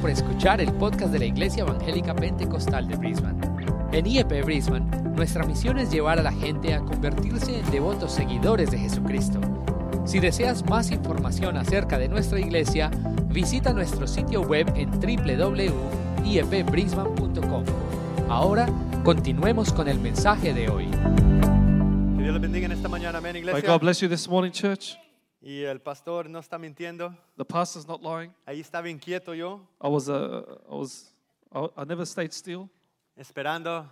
por escuchar el podcast de la Iglesia Evangélica Pentecostal de Brisbane. En IEP Brisbane, nuestra misión es llevar a la gente a convertirse en devotos seguidores de Jesucristo. Si deseas más información acerca de nuestra iglesia, visita nuestro sitio web en E www.iepbrisbane.com. Ahora, continuemos con el mensaje de hoy. Que Dios les bendiga en esta mañana, amén, May iglesia. God bless you this morning, church. Y el pastor no está mintiendo. The pastor's not lying. Ahí estaba inquieto yo, I was, uh, I was, I, I never stayed still, esperando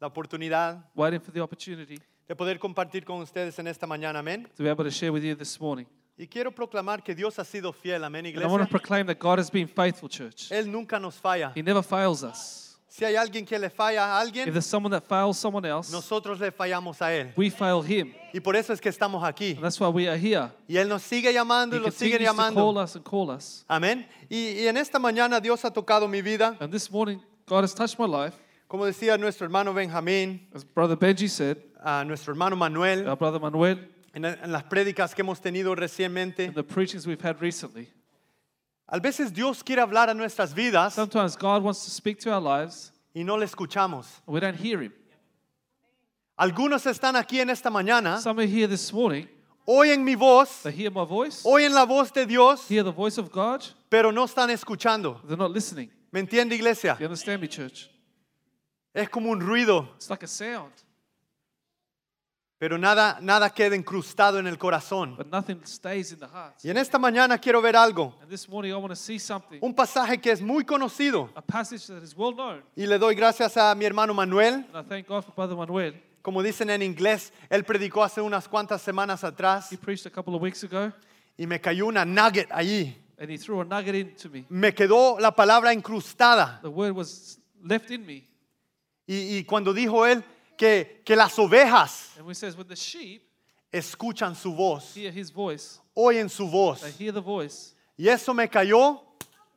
la oportunidad waiting for the opportunity de poder compartir con ustedes en esta mañana, amén. to be able to share with you this morning. Y quiero proclamar que Dios ha sido fiel, amén, And I want to iglesia. proclaim that God has been faithful, church. Él nunca nos falla. He never fails us. Si hay alguien que le falla a If alguien, there's someone that fails someone else, nosotros le fallamos a Él. we fail him. Y por eso es que estamos aquí. And that's why we are here. Y Él nos sigue llamando He y nos sigue continues to call llamando. us and call us. Amén. Y, y en esta mañana Dios ha tocado mi vida. And this morning, God has touched my life. Como decía nuestro hermano Benjamín, As Brother Benji said, a nuestro hermano Manuel, our brother Manuel, en, en las prédicas que hemos tenido recientemente. and the preachings we've had recently, A veces Dios quiere hablar a nuestras vidas sometimes God wants to speak to our lives y no le escuchamos. and we don't hear him. Algunos están aquí en esta mañana, Some are here this morning. oyen mi voz, They hear my voice, oyen la voz de Dios, hear the voice of God, pero no están escuchando. but they're not listening. ¿Me entiende, iglesia? You understand me, church? Es como un ruido, It's like a sound, pero nada, nada queda incrustado en el corazón. but nothing stays in the heart. Y en esta mañana quiero ver algo, And this morning I want to see something, un pasaje que es muy conocido. a passage that is well known. Y le doy gracias a mi hermano Manuel. And I thank God for Brother Manuel. Como dicen en inglés, él predicó hace unas cuantas semanas atrás He preached a couple of weeks ago, y me cayó una nugget allí. and he threw a nugget into me. Me quedó la palabra incrustada. The word was left in me. Y, y cuando dijo él que, que las ovejas And he says, when the sheep escuchan su voz, hear his voice, oyen su voz. they hear the voice, Y eso me cayó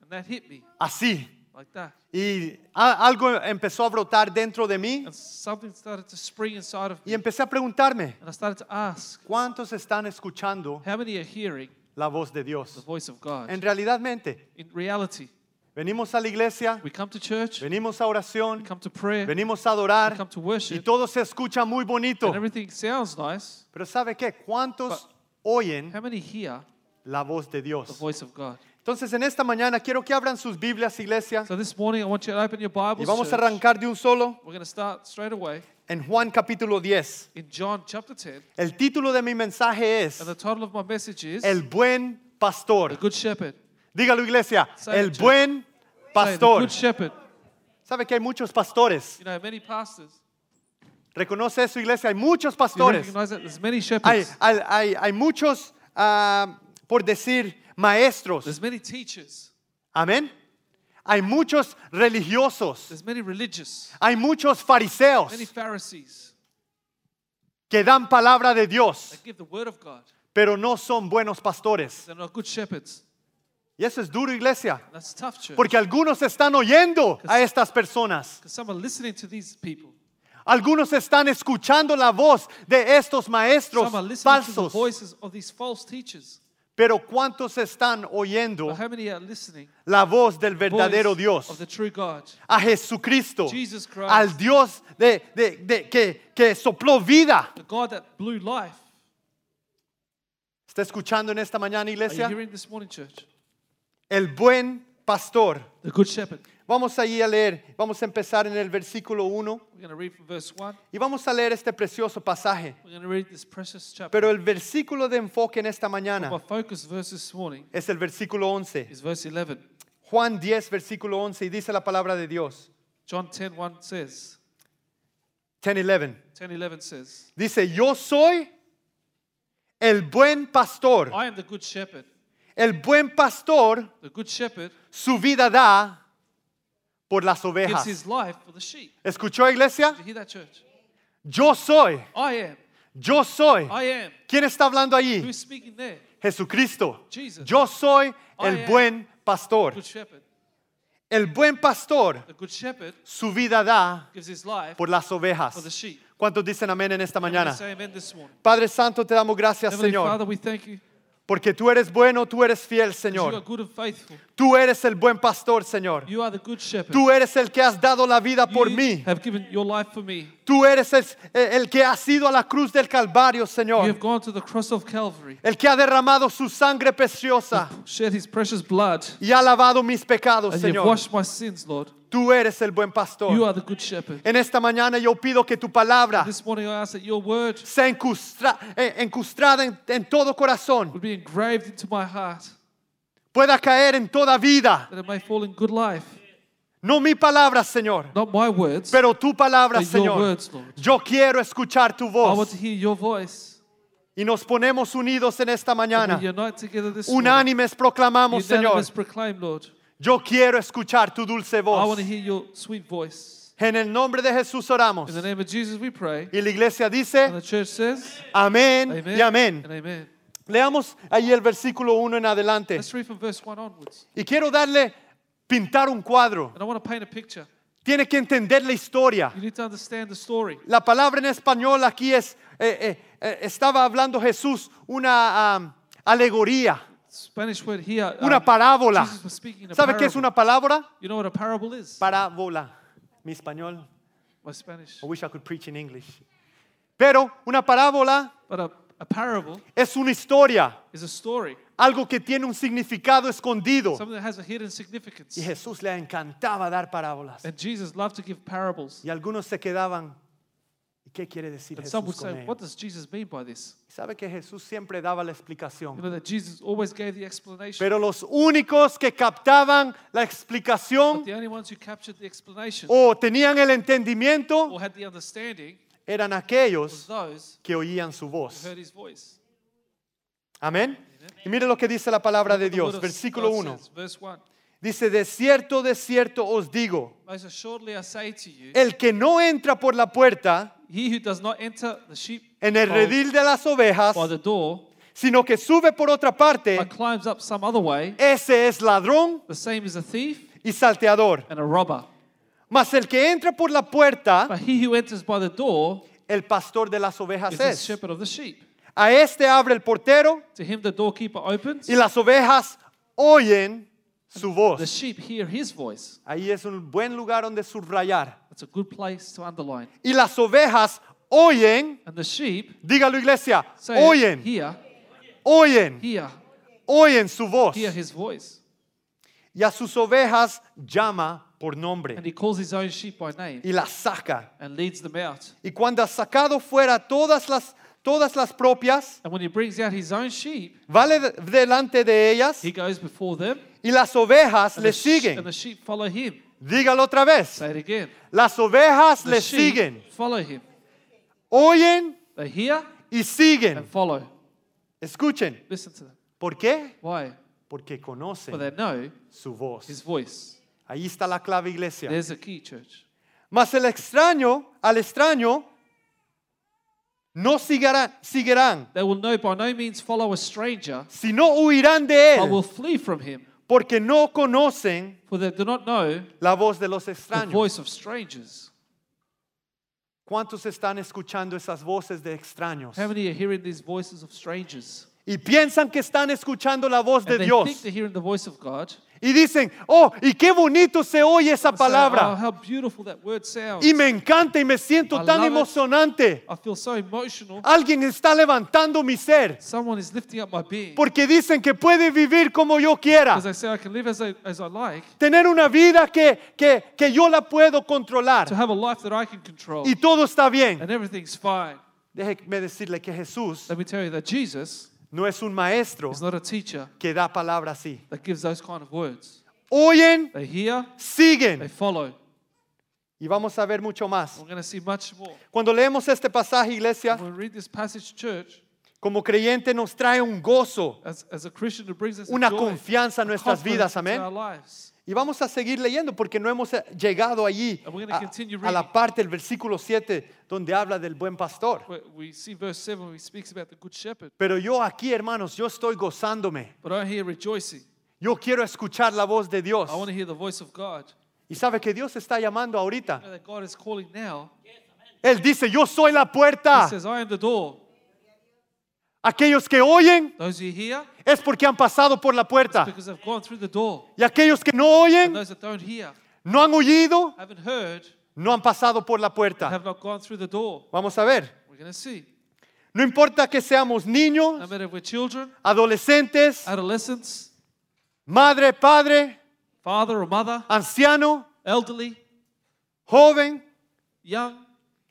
and that hit me así. like that. Y a- algo empezó a brotar dentro de mí And something started to spring inside of me. y empecé a preguntarme, And I started to ask, ¿cuántos están escuchando how many are hearing la voz de the Dios? voice of God? En realidad, mente, in reality. venimos a la iglesia, We come to church, we venimos a oración, come to prayer, we venimos a adorar come to y worship, todo se escucha muy bonito. and everything sounds nice. Pero ¿sabe qué? ¿Cuántos oyen How many hear la voz de the Dios? voice of God? Entonces, en esta mañana quiero que abran sus Biblias, iglesia. So this morning I want you to open your Y Bibles. vamos a church. arrancar de un solo We're going to start straight away en Juan capítulo 10. in John chapter 10, El título de mi mensaje es and the title of my message is El buen The pastor. Good Shepherd. Dígalo iglesia, Say it, el church. buen Say, the pastor. Good Shepherd. ¿Sabe que hay muchos pastores? You know, many pastors. ¿Reconoce eso iglesia? Hay muchos Do you pastores. recognize that? There's many Hay, shepherds. hay, hay- hay muchos, ah, por decir, maestros. There's many teachers. Amén. Hay muchos religiosos. There's many religious. Hay muchos fariseos Many Pharisees que dan palabra de Dios, that give the word of God. pero no son buenos pastores. They're not good shepherds. Y eso es duro, iglesia. That's tough, church. Porque algunos están oyendo a estas personas. Because some are listening to these people. Algunos están escuchando la voz de estos maestros Some are listening to the falsos. voices of these false teachers. Pero ¿cuántos están But oyendo how many are listening? la voz del The verdadero voice Dios? Of the true God. A Jesucristo. Jesus Christ. Al Dios de, de- de- que, que sopló vida. The God that blew life. ¿Está escuchando en esta mañana, Are you iglesia? hearing this morning, church? El buen pastor. The Good Shepherd. Vamos ahí a leer. Vamos a empezar en el versículo 1 We're going to read from verse 1. y vamos a leer este precioso pasaje. We're going to read this precious chapter. Pero el versículo de enfoque en esta mañana My focus verse this morning es el versículo 11. is verse 11. Juan 10, versículo 11, y dice la palabra de Dios. John 10 1 says, 10, 11. 10 11 says, Dice, yo soy el buen pastor. I am the Good Shepherd. El buen pastor The Good Shepherd su vida da por las gives ovejas. his life for the sheep. ¿Escuchó iglesia? Did you hear that, church? Yo soy, I am. yo soy. I am. ¿Quién está hablando allí? Who's speaking there? Jesucristo. Jesus. Yo soy I el am. buen pastor. Good Shepherd. El buen pastor The Good Shepherd su vida da gives his life por las for the ovejas. sheep. ¿Cuántos dicen amén en esta Can we mañana? Say amen this morning. Padre Santo, te damos gracias, Heavenly Señor. Father, we thank you Porque tú eres bueno, tú eres fiel, 'Cause You are Señor. good and faithful. Tú eres el buen pastor, Señor. You are the good shepherd. Tú eres el que has dado la vida por you mí. have given your life for me. Tú eres el, eh, el que has ido a la cruz del Calvario, You Señor. have gone to the cross of Calvary, El que ha derramado su sangre preciosa shed his precious blood, y ha lavado mis pecados, and you've Señor. washed my sins, Lord. Tú eres el buen You pastor. are the good shepherd. En esta mañana yo pido que tu palabra This morning I ask that your word sea encustra- eh, encustrada en, en todo corazón, would be engraved into my heart, pueda caer en toda vida. that it may fall in good life. No mi palabra, Señor, Not my words, pero tu palabra, but your Señor. words, Lord. Yo quiero escuchar tu I want voz to hear your voice. y nos ponemos unidos en esta mañana. We unite together this morning. Unánimes proclamamos, Señor, Unanimous proclaim, Lord. yo quiero escuchar tu dulce I voz. want to hear your sweet voice. En el nombre de Jesús oramos. In the name of Jesus we pray. Y la iglesia And dice, the church says, amén Amen. y amén. And amen. Leamos ahí el versículo 1 en adelante. Let's read from verse 1 onwards. Y quiero darle, pintar un cuadro. And I want to paint a picture. Tiene que entender la historia. You need to understand the story. La palabra en español aquí es, eh, eh, eh, estaba hablando Jesús, una am, alegoría, Spanish word here. um, una parábola. Jesus was speaking a ¿Sabe qué es parable. una palabra? You know what a parable is? Parábola. Mi español. My Spanish. I wish I could preach in English. Pero una parábola But a, a parable es una historia, is a story, algo que tiene un significado escondido. something that has a hidden significance. Y Jesús le encantaba dar parábolas. And Jesus loved to give parables. Y algunos se quedaban, ¿y qué quiere decir And some Jesús would con say, ello? what does Jesus mean by this? Sabe que Jesús siempre daba la You explicación. know that Jesus always gave the explanation. Pero los únicos que captaban la But explicación the only ones who captured the explanation o tenían el entendimiento or had the understanding eran was aquellos those que oían su who voz. heard his voice. Amén. Y mire lo que dice la palabra de The word Dios, of versículo God 1. says, Verse 1. Dice, de cierto, de cierto os digo, Most assuredly I say to you, el que no entra por la puerta he who does not enter the sheep en el fold redil de las ovejas, by the door, sino que sube por otra but parte, climbs up some other way, ese es ladrón the same is a thief y salteador. and a robber. Mas el que entra por la puerta, But he who enters by the door el pastor de las ovejas is the es. shepherd of the sheep. A este abre el portero To him the doorkeeper opens, y las ovejas oyen su the voz. sheep hear his voice. Ahí es un buen lugar donde subrayar. That's a good place to underline. Y las ovejas oyen, And the sheep dígalo iglesia, say, oyen, hear, oyen, hear, oyen su voz. hear his voice. Y a sus ovejas llama por And nombre he calls his own sheep by name y las saca. and leads them out. Y cuando ha sacado fuera todas las, todas las propias, And when he brings out his own sheep, vale de- delante de ellas he goes before them, y las ovejas and, the, le sh- and siguen. the sheep follow him. Dígalo otra vez. Say it again. Las ovejas The le sheep siguen. follow him. Oyen They hear y and siguen. follow. Escuchen. Listen to them. ¿Por qué? Why? Porque For conocen they know su voz. his voice. Ahí está la clave, iglesia. There's a key, church. Mas el extraño, al extraño, no sigará- seguirán, They will know by no means follow a stranger, sino huirán de but will él, flee from him, porque no conocen for they do not know la voz de los the extraños. voice of strangers. ¿Cuántos están escuchando esas voces de extraños? How many are hearing these voices of strangers? Y piensan que están escuchando la voz de And they think Dios. they're hearing the voice of God. Y dicen, oh, y qué bonito se oye esa They say, oh, palabra. how beautiful that word sounds. Y me encanta y me siento I tan love it. emocionante. I feel so emotional. Alguien está levantando mi ser. Someone is lifting up my being. Porque dicen que puede vivir como yo quiera. Because they say I can live as I, as I like, Tener una vida que, que, que yo la puedo to controlar. have a life that I can control, Y todo está bien. and everything's fine. Déjeme decirle que Jesús Let me tell you that Jesus no es un maestro is not a teacher que da palabra así. that gives those kind of words. Oyen, They hear, they siguen. follow. Y vamos a ver mucho más. We're going to see much more. Cuando leemos este pasaje, iglesia, When we read this passage, church, como creyente nos trae un gozo, as, as a Christian, it brings us a una joy, confianza en a nuestras confidence vidas. into Amén. Our lives. Y vamos a seguir leyendo porque no hemos eh, llegado allí And we're gonna a, continue a la reading. parte del versículo 7 donde habla del buen pastor. We, we see verse 7 where he speaks about the Good Shepherd. Pero yo aquí, hermanos, yo estoy gozándome. But I hear rejoicing. Yo quiero escuchar la voz de Dios. I want to hear the voice of God. Y sabe que Dios está llamando I ahorita. know that God is calling now. Él dice, yo soy la He puerta. says, I am the door. Aquellos que oyen Those who hear, es porque han pasado por la puerta. because they've gone through the door. Y aquellos que no And oyen those that don't hear, no han oído, haven't heard, no han pasado por la puerta. have not gone through the door. Vamos a ver. We're going to see. No importa que seamos niños, No matter if we're children, adolescentes, adolescents, madre, padre, father or mother, anciano, elderly, joven, young,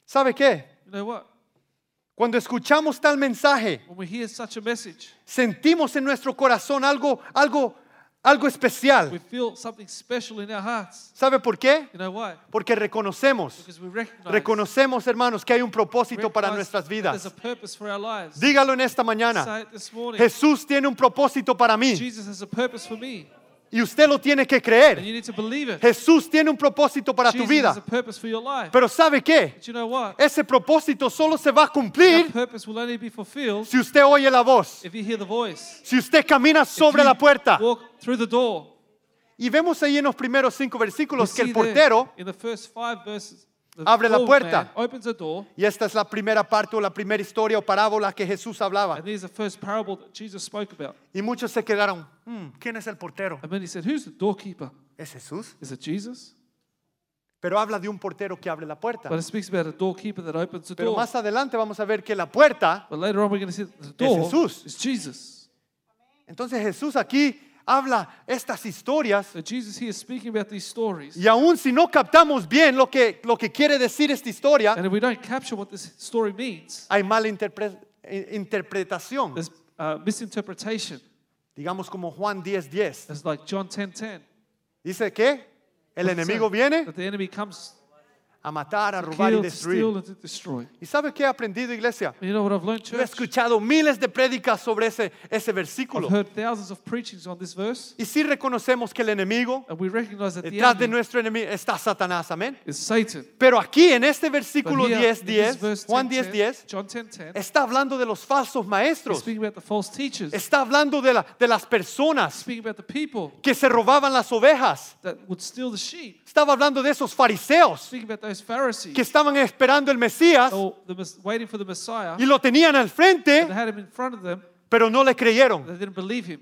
¿sabe qué? you know what? Cuando escuchamos tal mensaje, When we hear such a message, sentimos en nuestro corazón algo, algo, algo we especial. feel something special in our hearts. ¿Sabe por qué? You know why? Porque reconocemos, Because we recognize, reconocemos, hermanos, que hay un propósito para recognize nuestras that vidas. There's a purpose for our lives. Dígalo en esta Say mañana. it this morning. Jesús tiene un propósito para mí Jesus has a purpose for me, y usted lo tiene que and creer. you need to believe it. Jesús tiene un propósito para tu Jesus vida. has a purpose for your life. Pero ¿sabe qué? But you know what? Ese propósito solo se va a That cumplir purpose will only be fulfilled si usted oye la voz, if you hear the voice. si usted camina If sobre you la puerta. Walk through the door. Y vemos ahí en los primeros cinco You versículos que el see there, portero, in the first five verses, the abre la old puerta. man opens the door, y esta es la primera parte o la primera historia o parábola que Jesús hablaba, and there's the first parable that Jesus spoke about. y muchos se quedaron, "Hmm, ¿quién es el portero? And then he said, Who's the doorkeeper? ¿Es Jesús? Is it Jesus? Pero habla de un portero que abre la puerta. But it speaks about a doorkeeper that opens the Pero door. más adelante vamos a ver que la puerta, But later on, we're going to see that the door Jesús. is Jesus. entonces Jesús aquí habla estas historias, So Jesus here is speaking about these stories. y aún si no captamos bien lo que, lo que quiere decir esta historia, And if we don't capture what this story means, hay mala interpre- eh, interpretación. there's uh, misinterpretation. Digamos como Juan 10:10. 10. It's like John 10:10. Dice que el enemigo viene That the enemy comes a matar, a robar y kill, to steal, destruir. and to destroy. ¿Y sabe qué he aprendido, iglesia? And you know what I've learned, Yo he church? escuchado miles de prédicas sobre ese, ese I've versículo. heard thousands of preachings on this verse, Y si reconocemos que el enemigo, and we recognize that the detrás de enemy nuestro enemigo, está Satanás, amén. is Satan. Pero aquí en este But versículo here, 10, in this 10, verse Juan 10, 10, 10, John 10:10, está hablando de los falsos he's maestros. speaking about the false teachers. He's Está hablando de, la- de las personas speaking about the people que se robaban las ovejas. that would steal the sheep. Estaba hablando de esos fariseos Speaking about those Pharisees que estaban esperando el Mesías or the, mes- waiting for the Messiah. y lo tenían al They frente, had him in front of them. pero no le creyeron. They didn't believe him.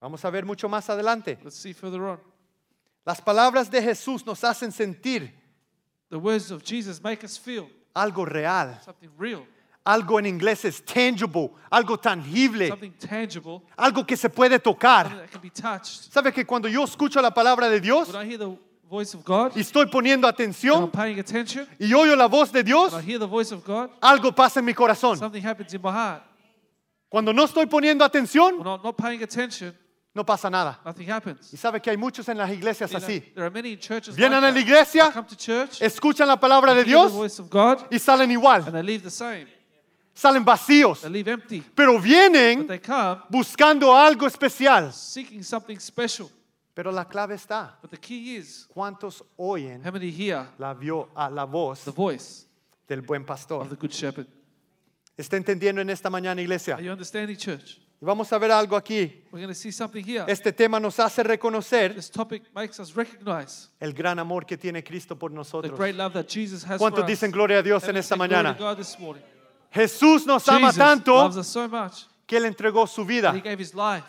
Vamos a ver mucho más adelante. Let's see further on. Las palabras de Jesús nos hacen sentir The words of Jesus make us feel algo real, something real, algo en inglés es tangible, algo tangible, something tangible, algo que se puede tocar. something that can be touched. ¿Sabe que cuando yo escucho la palabra de Dios When I hear the voice of God, y and estoy poniendo I'm atención paying attention, y oyo la voz de Dios, and I hear the voice of God, algo pasa en mi corazón. something happens in my heart. Cuando no estoy poniendo atención, When I'm not paying attention, no pasa nada. nothing happens. Y sabe que hay muchos en las iglesias You know, así. there are many churches Vienen a la like that. They iglesia, come to church, escuchan la palabra de they hear the Dios voice of God, y salen igual, and they leave the same. salen vacíos. They leave empty. Pero But vienen they come buscando algo especial. seeking something special. Pero la clave está, But the key is ¿cuántos oyen how many hear la, vio- a la voz the voice del buen of the pastor. Good Shepherd? ¿Está entendiendo en esta mañana, iglesia? Are you understanding, church? Y vamos a ver algo aquí. We're going to see something here. Este tema nos hace reconocer This topic makes us recognize el gran amor que tiene Cristo por the nosotros. great love that Jesus has ¿Cuántos for us. dicen gloria a Dios Heaven en esta said, "Glory to mañana? God this morning. Jesús nos ama Jesus tanto loves us so much que Él entregó su that vida. he gave his life.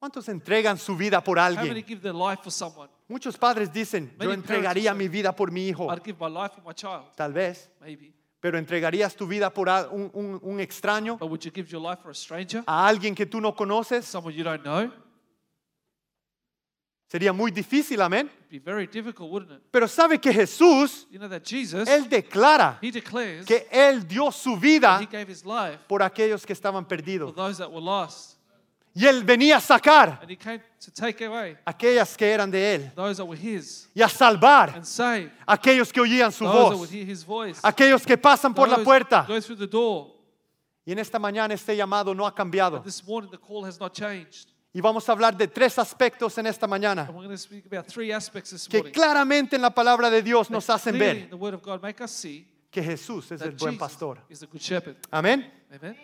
¿Cuántos entregan su vida por How many alguien? give their life for someone? Muchos padres dicen, yo Many entregaría parents mi vida por mi hijo. I'd give my life for my child, Tal vez, maybe. pero ¿entregarías tu vida por a- un, un- un extraño? But would you give your life for a stranger? ¿A alguien que tú no conoces? Someone you don't know? It'd Sería muy difícil, amén. be very difficult, wouldn't it? Pero sabe que Jesús, You know that Jesus, Él declara he declares que Él dio su that vida he gave his life por aquellos que estaban for perdidos. those that were lost. Y Él venía a sacar And he came to take away aquellas que eran de Él those that were his y a salvar and save aquellos que oían su those that would voz, hear his voice. aquellos que pasan por la Those puerta. Go through the door. Y en esta mañana este llamado no ha cambiado. This morning the call has not changed. Y vamos a hablar de tres aspectos en esta And mañana we're going to speak about three aspects this que morning. claramente en la palabra de Dios That nos hacen clearly ver The word of God make us see que Jesús es that el buen Jesus pastor. is the good shepherd. Amén. Amen.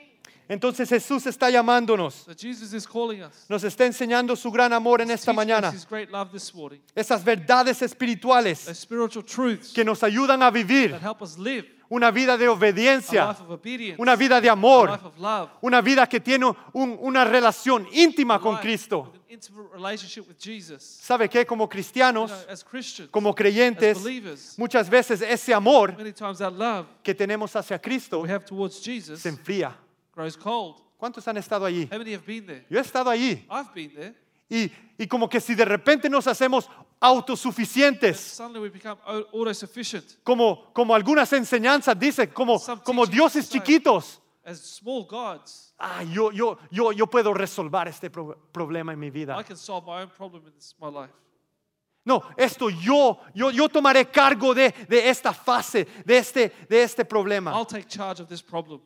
Entonces Jesús está llamándonos, So Jesus is calling us. nos está enseñando su gran amor en He's esta teaching mañana. us his great love this morning. Esas verdades espirituales Those spiritual truths que nos ayudan a vivir that help us live una vida de a obediencia, life of obedience, una vida de a amor, life of love, una vida que tiene un- una relación íntima con life Cristo. with an intimate relationship with Jesus. ¿Sabe qué? Como You cristianos, know, as Christians, como creyentes, as believers, muchas veces ese amor many times our love que tenemos hacia Cristo we have towards Jesus se enfría. grows cold. ¿Cuántos han estado allí? How many have been there? Yo he estado allí. I've been there. Y, y como que si de repente nos hacemos autosuficientes, Suddenly we become o- autosufficient. como, como algunas enseñanzas dicen, como, como dioses chiquitos. As small gods, Ah, yo, yo, yo, yo puedo resolver este pro- problema en mi I vida. can solve my own problem in this, my life. No, esto yo, yo, yo tomaré cargo de, de esta fase, de este, de este problema. I'll take charge of this problem.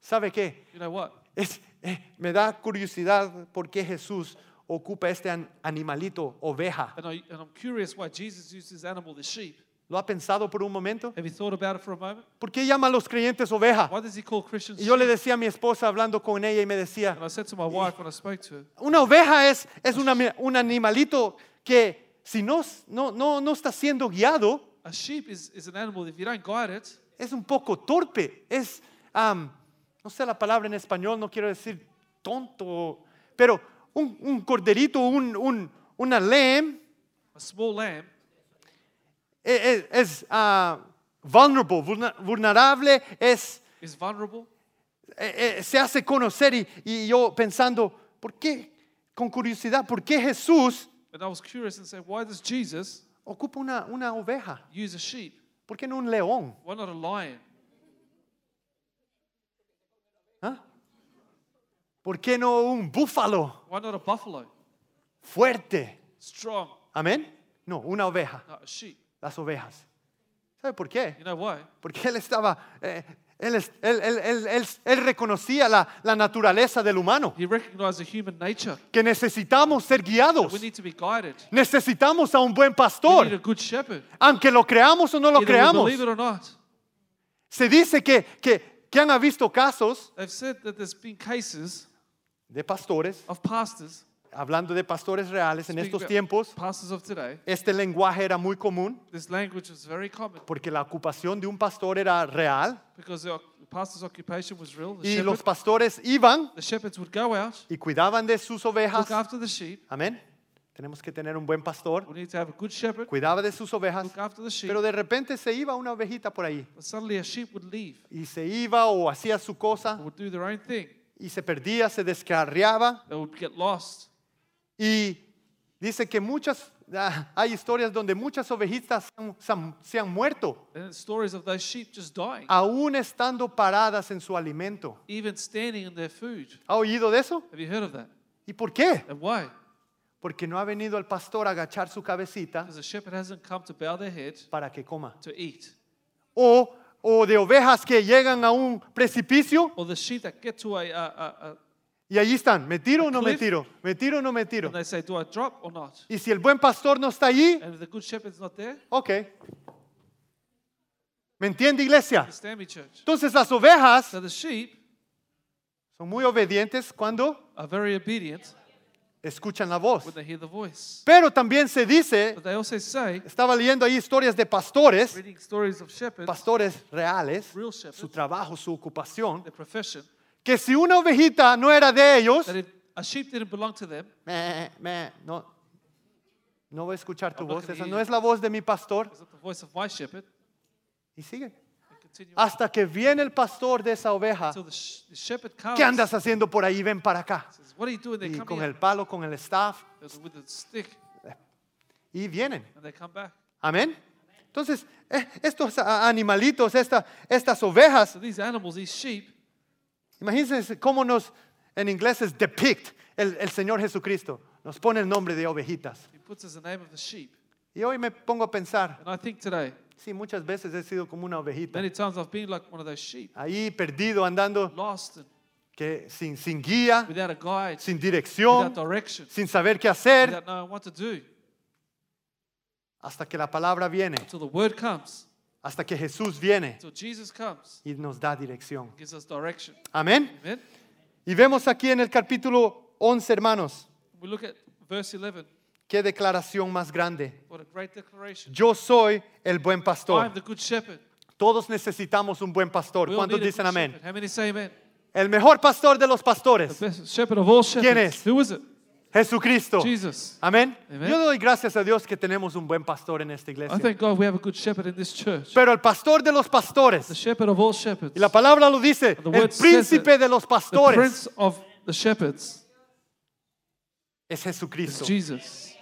¿Sabe qué? You know what? Es- eh, me da curiosidad por qué Jesús ocupa este an- animalito, oveja. And, I, and I'm curious why Jesus used this animal, the sheep. ¿Lo ha pensado por un momento? Have you thought about it for a moment? ¿Por qué llama a los creyentes oveja? Why does he call Christians Y yo le sheep? decía a mi esposa hablando con ella y me decía, And I said to my wife when I spoke to her, una oveja es, es una mi- un animalito que si no, no, no, no está siendo guiado, a sheep is, is an animal. If you don't guide it, es un poco torpe, es, am, no sé la palabra en español, no quiero decir tonto, pero un, un corderito, un, un, una lamb, a small lamb e- e- es, ah, vulnerable, vulna- vulnerable, es, is vulnerable. eh, eh, se hace conocer y, y yo pensando, ¿por qué? Con curiosidad, ¿por qué Jesús And I was curious and said, why does Jesus ocupa una, una oveja? use a sheep? ¿Por qué no un león? Why not a lion? ah? ¿Por qué no un búfalo Why not a buffalo? fuerte? Strong. ¿Amén? No, una oveja, No, a sheep. las ovejas. ¿Sabe por qué? You know why? Porque él estaba, eh, él, es- él, él- él- él- él reconocía la, la naturaleza del humano, He recognized the human nature. que necesitamos ser We guiados, need to be guided. necesitamos a un buen We need a pastor, good shepherd. aunque lo creamos o no lo Either we creamos. believe it or not. Se dice que, que, que han habido casos They've said that there's been cases de pastores, of pastors, hablando de pastores reales en Speak estos about- tiempos, pastors of today. este lenguaje era muy común This language was very common porque la ocupación de un pastor era real because the oc- the pastor's occupation was real. The, y shepherd, los pastores iban the shepherds would go out, y cuidaban de sus look ovejas. after the sheep. Amén. Tenemos que tener un buen pastor. We need to have a good shepherd, Cuidaba de sus ovejas, look after the sheep. pero de repente se iba una ovejita por ahí But suddenly a sheep would leave, y se iba o hacía su cosa and would do their own thing. y se perdía, se descarriaba They would get lost. Y dice que muchas, ah, hay historias donde muchas ovejitas se han- se han, se han muerto, And it's stories of those sheep just dying, aún estando paradas en su alimento. even standing in their food. ¿Ha oído de eso? Have you heard of that? ¿Y por qué? And why? Porque no ha venido el pastor a agachar su cabecita Because the shepherd hasn't come to bow their head para que coma. to eat. O, o de ovejas que llegan a un precipicio Or the sheep that get to a, a, a, y allí están, ¿me tiro o no me Cliff. tiro? ¿Me tiro o no me a tiro? and they say, Do I drop or not? Y si el buen pastor no está allí, And if the good shepherd's not there, ok. ¿Me entiende iglesia? understand me, church. Entonces las ovejas So the sheep son muy obedientes cuando are very obedient escuchan la voz. when they hear the voice. Pero también se dice, But they also say, estaba leyendo ahí historias de pastores, reading stories of shepherds, pastores reales, real su shepherds, trabajo, su ocupación, their profession, que si una ovejita no era de ellos, that if a sheep didn't belong to them, meh, meh, no, no voy a escuchar tu I'm not voz, gonna esa hear no you. es la voz de mi pastor. it's not the voice of my shepherd. Y sigue. They continue on Hasta que viene el pastor de esa oveja, until the, sh- the shepherd comes. ¿qué andas haciendo por ahí? Ven para acá. Says, what are you doing? They Y come con here el palo, con el staff, with a stick y vienen. and they come back. Amén. Entonces, eh, estos ah, animalitos, esta- estas ovejas, So these animals, these sheep, Imagínense cómo nos, en inglés es depict, el, el Señor Jesucristo. Nos pone el nombre de ovejitas. he puts as the name of the sheep. Y hoy me pongo a pensar, And I think today, sí, muchas veces he sido como una ovejita. many times I've been like one of those sheep, Ahí perdido, andando lost and que sin, sin guía, without a guide, sin without dirección, direction, sin saber qué hacer, without knowing what to do. hasta que la palabra viene, Till the word comes, hasta que Jesús viene till Jesus comes, y nos da dirección. gives us direction. Amén. Amen. Y vemos aquí en el capítulo 11, hermanos, We look at verse 11. qué declaración más grande. What a great declaration. Yo soy el buen I am pastor. the good shepherd. Todos necesitamos un buen pastor. We all ¿Cuántos need a good dicen amén? shepherd. How many say amen? El mejor pastor de los The pastores, best shepherd of all shepherds. es? Who is it? Jesucristo. Jesus. Amén. Amén. Yo doy gracias a Dios que tenemos un buen pastor en esta I iglesia. thank God we have a good shepherd in this church. Pero el pastor de los The pastores, shepherd of all shepherds. y la palabra lo dice, The el word says it. príncipe de los the pastores prince of the shepherds es is Jesucristo. Jesus.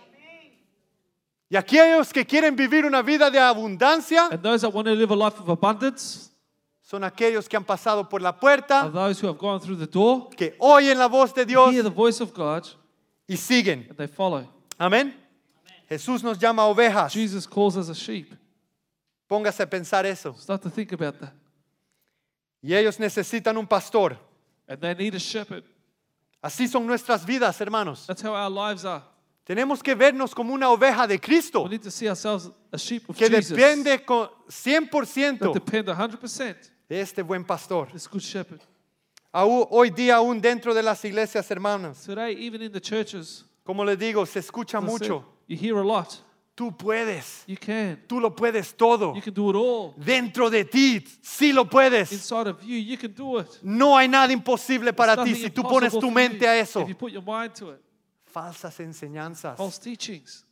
Y aquellos que quieren vivir una vida de abundancia And those that want to live a life of abundance son aquellos que han pasado por la are puerta, those who have gone through the door, que oyen la voz de Dios hear the voice of God, y siguen. and they follow. Amén. Jesús nos llama ovejas. Jesus calls us a sheep. Póngase a pensar eso. Start to think about that. Y ellos necesitan un pastor. And they need a shepherd. Así son nuestras vidas, hermanos. That's how our lives are. Tenemos que vernos como una oveja de Cristo We need to see ourselves as sheep of que Jesus. depende con that 100% depend 100% de este buen pastor. this good shepherd. Aún hoy día, aún dentro de las iglesias, hermanos, Today, even in the churches, como les digo, se escucha as I said, mucho. you hear a lot. Tú puedes, You can. tú lo puedes todo. You can do it all. Dentro de ti, sí lo puedes. Inside of you, you can do it. No hay nada imposible para Nothing ti si tú impossible pones for tu you mente a eso. If you put your mind to it. Falsas enseñanzas. False teachings.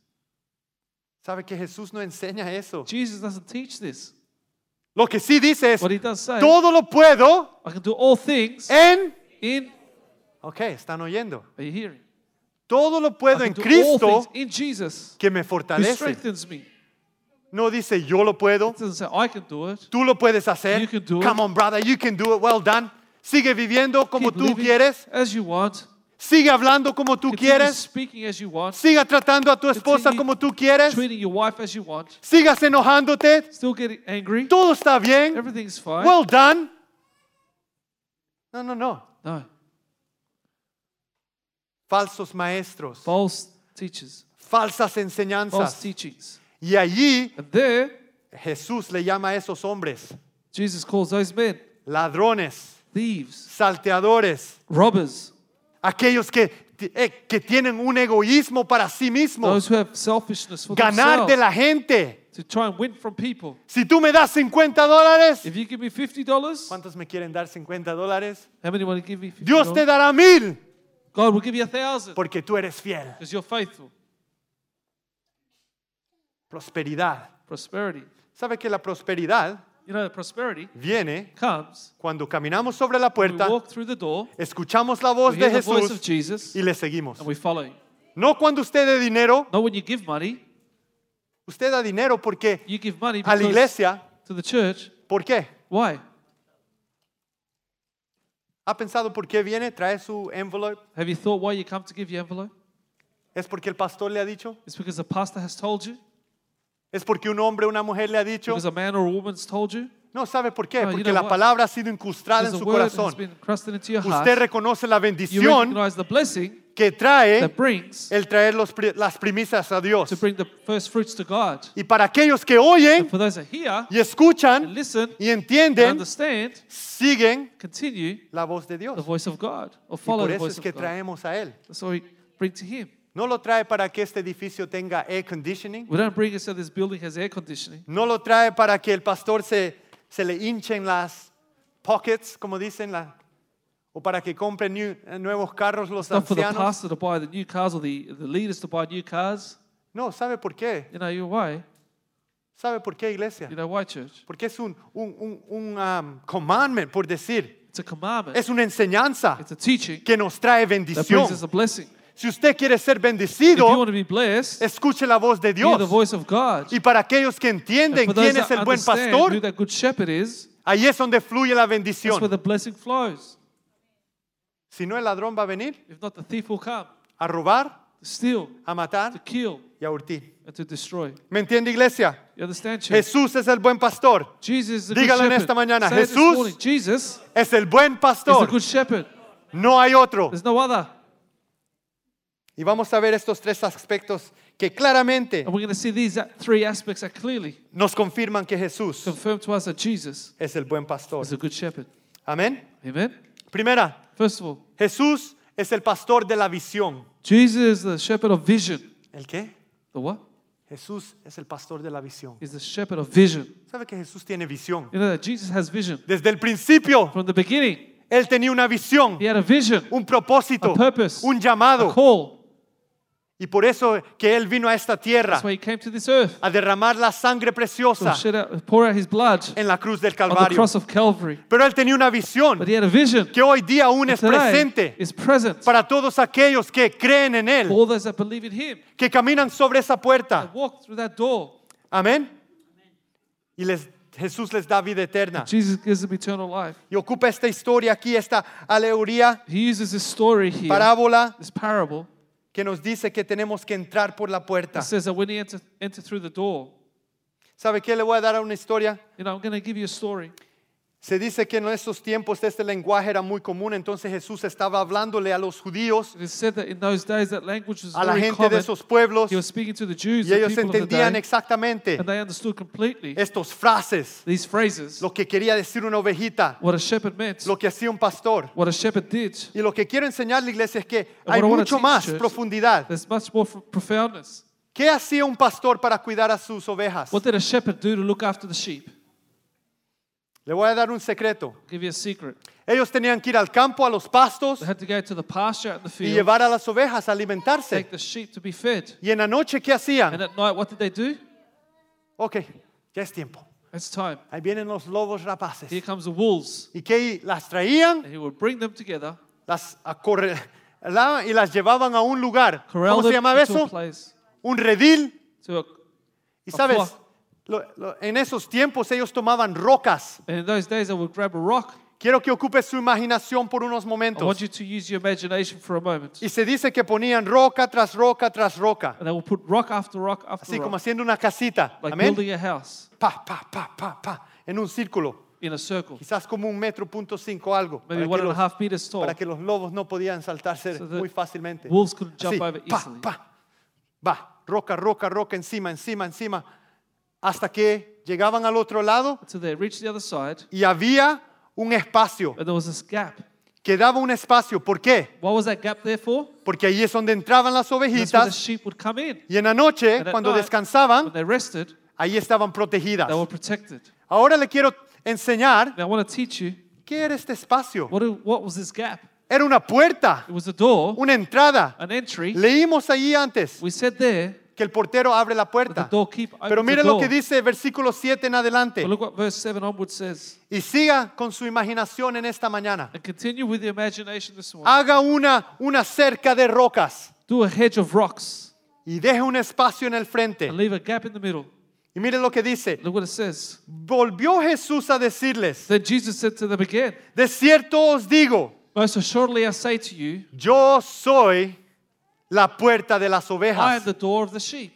¿Sabe que Jesús no enseña eso? Jesus doesn't teach this. Lo que sí dice es, What he does say, todo Eh. lo puedo I can do all things en... in. Ok, están oyendo. Are you hearing? Todo lo I puedo can en do all things Cristo in Jesus que me who fortalece. strengthens me. No dice yo lo puedo, It doesn't say I can do it. tú lo puedes hacer. You can do it. Come on, brother, you can do it. Well done. Sigue viviendo como Keep tú living quieres. As you want. Sigue hablando como tú Continue quieres. speaking as you want. Siga tratando a tu esposa Continue como tú quieres. Treating your wife as you want. Sigas enojándote. Still getting angry. Todo está bien. Everything's fine. Well done. No, no, no. no. Falsos maestros, False teachers. falsas False enseñanzas. teachings. Y allí And there, Jesús le llama a esos hombres Jesus calls those men ladrones, thieves, salteadores, robbers, aquellos que, ti- eh, que tienen un egoísmo para sí those mismos, who have selfishness for ganar themselves de la gente. to try and win from people. Si tú me das 50 dólares, If you give me fifty dollars, ¿cuántos me quieren dar 50 dólares? how many want to give me fifty Dios te dollars? dará mil God will give you a thousand porque tú eres fiel. because you're faithful. Prosperidad. Prosperity. ¿Sabe que la prosperidad You know, prosperity viene comes cuando caminamos sobre la when we puerta, walk through the door, escuchamos la we voz hear de the voice of Jesús Jesus, y le seguimos? and we follow. Him. No cuando usted dé dinero, Not when you give money. usted da dinero porque You give money a la because iglesia, to the church. ¿por qué? Why? ¿Ha pensado por qué viene? ¿Trae su envelope? Have you thought why you come to give your envelope? ¿Es porque el pastor le ha dicho? It's because the pastor has told you. ¿Es porque un hombre o una mujer le ha dicho? Because a man or a woman's told you. No sabe por qué, No, you porque know la what? palabra ha sido incrustada en Because su the word has corazón. been crusted into your heart. Usted reconoce la you bendición recognize the blessing que trae that brings el traer los pri- las primicias a Dios. to bring the first fruits to God. Y para aquellos que oyen And for those that hear y escuchan and listen y and entienden, understand, siguen continue la voz de the Dios. voice of God Y or follow por the eso voice es of que God. traemos a Él. That's all we bring to Him. No lo trae para que este edificio tenga air conditioning. We don't bring it so this building has air conditioning. No lo trae para que el pastor se, se le hinchen las pockets, como dicen, la- o para que compre new- eh, nuevos carros los It's not for the ancianos. pastor to buy the new cars or the, the leaders to buy new cars. No, ¿sabe por qué? You know, you why? ¿Sabe por qué, iglesia? You know why, church? Porque es un, un, un- un, um, commandment, por decir. It's a commandment. Es una enseñanza It's a teaching que nos trae that brings us bendición. a blessing. Si usted quiere ser If you bendecido, want to be blessed, escuche la voz de hear the Dios. voice of God. Y para aquellos que entienden And for those quién that es el buen understand who pastor, that good shepherd is, ahí es donde fluye la that's where bendición. the blessing flows. Si no, el ladrón va a venir If not, the thief will come a robar, to steal, a to matar kill, y a hurtir. and to destroy. ¿Me entiende, iglesia? You understand, church? Jesús es el buen pastor. Jesus is the Dígalo en good shepherd. esta mañana, Say it this Jesús morning. Jesus Es el buen is the pastor. good shepherd. No hay otro. There's no other. Y vamos a ver estos tres aspectos que claramente And we're going to see these uh, three aspects that clearly nos confirman que Jesús confirm to us that Jesus es el buen pastor. is a good shepherd. Amén. Amen? Primera, First of all, Jesús es el pastor de la visión. Jesus is the shepherd of vision. ¿El qué? The what? Jesús es el pastor de la visión. He's the shepherd of vision. ¿Sabe que Jesús tiene visión? You know that Jesus has vision. Desde el principio, From the beginning, Él tenía una visión, he had a vision, un propósito, a purpose, un a llamado. call. Y por eso que Él vino a esta tierra That's why he came to this earth a derramar la sangre to preciosa shed out, pour out his blood en la cruz del on the Calvario. cross of Calvary. Pero Él tenía una visión But he had a vision. que hoy día aún es Today presente is present para todos aquellos que creen en for Él, all those that believe in him. que caminan sobre esa I puerta. walked through that door. Amén. Y les- Jesús les da vida eterna. Jesus gives them eternal life. Y ocupa esta historia aquí, esta alegoría, He uses this story here, parábola, this parable. que nos dice que tenemos que entrar por la puerta. It says that when he enter, enter through the door, ¿Sabe qué? Le voy a dar una historia. you know, I'm going to give you a story. Se dice que en esos tiempos este lenguaje era muy común, entonces Jesús estaba hablándole a los judíos, It is said that in those days that language was a la very gente de common. esos pueblos, He was speaking to the Jews, y the ellos people of the entendían day, exactamente and they understood completely estas frases, these phrases, lo que quería decir una ovejita, what a shepherd meant, lo que hacía un pastor. what a shepherd did. Y lo que quiero enseñar a la iglesia es que And hay what I wanna mucho teach, más church, profundidad. There's much more f- profoundness. ¿Qué hacía un pastor para cuidar a sus ovejas? What did a shepherd do to look after the sheep? Le voy a dar un secreto. I'll give you a secret. Ellos tenían que ir al campo, a los pastos, They had to go to the pasture out in the y field, llevar a las ovejas a alimentarse. take the sheep to be fed. Y en la noche, ¿qué And hacían? at night, what did they do? Ok, ya es tiempo. It's time. Ahí vienen los lobos Here rapaces. comes the wolves. ¿Y que Las traían, And he would bring them together, las acorralaban y las llevaban a un lugar. corral ¿Cómo se them llamaba into a eso? place. Un redil. To a, Y A sabes, flock. lo- lo- en esos tiempos ellos tomaban rocas. and in those days, I would grab a rock. Quiero que ocupes su imaginación por unos I want momentos. you to use your imagination for a moment. Y se dice que ponían roca tras roca tras roca, And they will put rock after rock after así rock, como haciendo una casita. like Amén. building a house Pa, pa, pa, pa, pa, en un círculo. in a circle, quizás como un metro punto cinco algo para maybe que, one and a los, half meters tall. para que los lobos no podían saltarse So the muy fácilmente wolves couldn't jump Así, over pa, easily. pa, va roca roca roca encima encima encima hasta que llegaban al otro lado So they reached the other side, y había un espacio and there was this gap. quedaba un espacio ¿por qué? What was that gap there for? porque ahí es donde entraban las That's where the ovejitas sheep would come in. y en la noche And at cuando night, descansaban When they rested, ahí estaban protegidas they were protected. ahora le quiero enseñar Now I want to teach you qué era este espacio what, what was this gap? era una puerta It was a door, una entrada an entry. Leímos allí antes We said there que el portero abre la that the puerta. doorkeeper Pero opened the mire lo door. que dice versículo 7 en adelante. But look what verse 7 onward says. Y siga con su imaginación en esta mañana. And continue with your imagination this morning. Haga una, una cerca de rocas Do a hedge of rocks y deje un espacio en el frente. and leave a gap in the middle. Y mire lo que dice. Look what it says. Volvió Jesús a decirles, Then Jesus said to them again, de cierto os digo, Most assuredly I say to you, yo soy la puerta de las I am ovejas. the door of the sheep.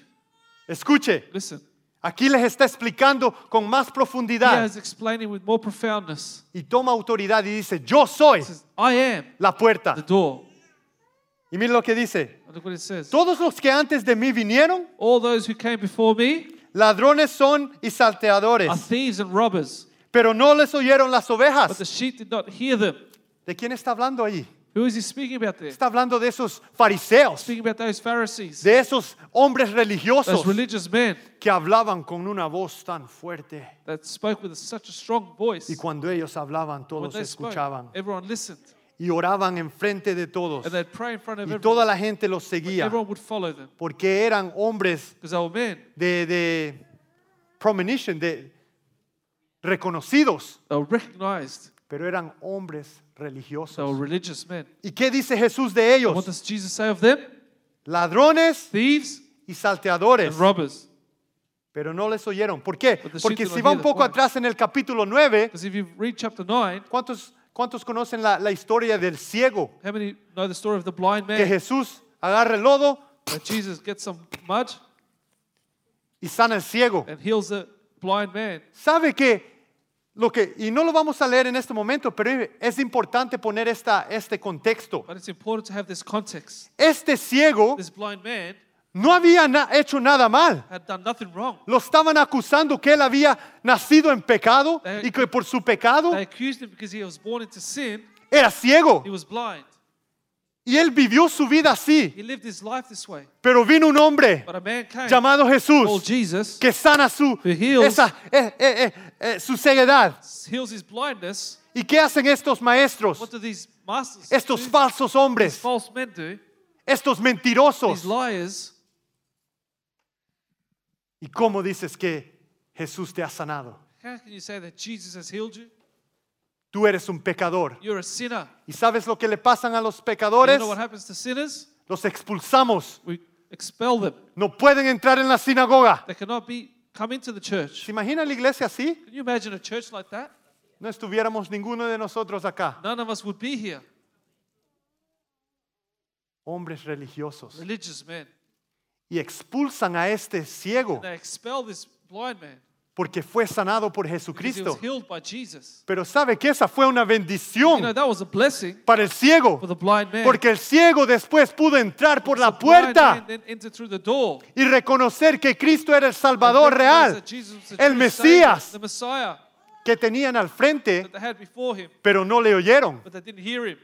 Escuche, Listen, aquí les está explicando con más he profundidad is explaining with more profoundness. y toma autoridad y dice, yo soy He says, I am la puerta. the door. Y mire lo que dice. And look what it says. Todos los que antes de mí vinieron, All those who came before me ladrones son y salteadores, are thieves and robbers, pero no les oyeron las but the ovejas. sheep did not hear them. ¿De quién está hablando ahí? Who is he speaking about there? Está hablando de esos fariseos, Speaking about those Pharisees, de esos hombres religiosos those religious men que hablaban con una voz tan fuerte. that spoke with such a strong voice. Y cuando ellos hablaban, When todos they spoke, escuchaban everyone listened, y oraban enfrente de todos. and they'd pray in front of Y everyone. toda la gente los seguía Everyone would follow them porque eran hombres because they were men. de, de premonition, de reconocidos, They were recognized. pero eran hombres They were religiosos. religious men. ¿Y qué dice Jesús de And what ellos? does Jesus say of them? Ladrones Thieves y and salteadores. robbers. Pero no les oyeron. ¿Por qué? But the sheep Porque did si not va hear un the poco voice. atrás en el capítulo 9, Because if you read chapter 9, ¿cuántos, cuántos conocen la, la historia del ciego? how many know the story of the blind Que man? Jesús agarra el lodo That Jesus gets some mud y sana al ciego. and heals the blind man. ¿Sabe que lo que, y no lo vamos a leer en este momento, pero es importante poner esta, este contexto. But it's important to have this context. Este ciego This blind man no había na- hecho nada mal. had done nothing wrong. Lo estaban acusando que él había nacido en pecado y que por su pecado They accused him because he was born into sin. era ciego. He was blind. Y él vivió su vida así. He lived his life this way. Pero vino un hombre But a man came llamado called Jesús Jesus, que sana su, Who heals. esa, eh, eh, eh, eh, su ceguedad. heals his blindness. ¿Y qué hacen estos maestros? What do these masters, Estos do? falsos hombres, false men do? estos mentirosos. These liars. ¿Y cómo dices que Jesús te ha sanado? How can you say that Jesus has healed you? Tú eres un pecador. You're a sinner. ¿Y sabes lo que le pasan a los And You pecadores? know what happens to sinners? Los expulsamos. We expel them. No pueden entrar en la sinagoga. They cannot be come into the church. ¿Se imagina la iglesia así? Can you imagine a church like that? No estuviéramos ninguno de nosotros acá. None of us would be here. Hombres religiosos. Religious men. Y expulsan a este ciego They expel this blind man porque fue sanado por because he was Jesucristo. healed by Jesus. Pero sabe que esa fue una You know, bendición that was a blessing para el ciego. for the blind man. Porque el ciego después pudo entrar por la The blind puerta man then entered through the door. y reconocer que Cristo era el Salvador And recognized real, that Jesus was the el true Savior, Mesías The Messiah que tenían al frente, that they had before him, pero no le oyeron. but they didn't hear him.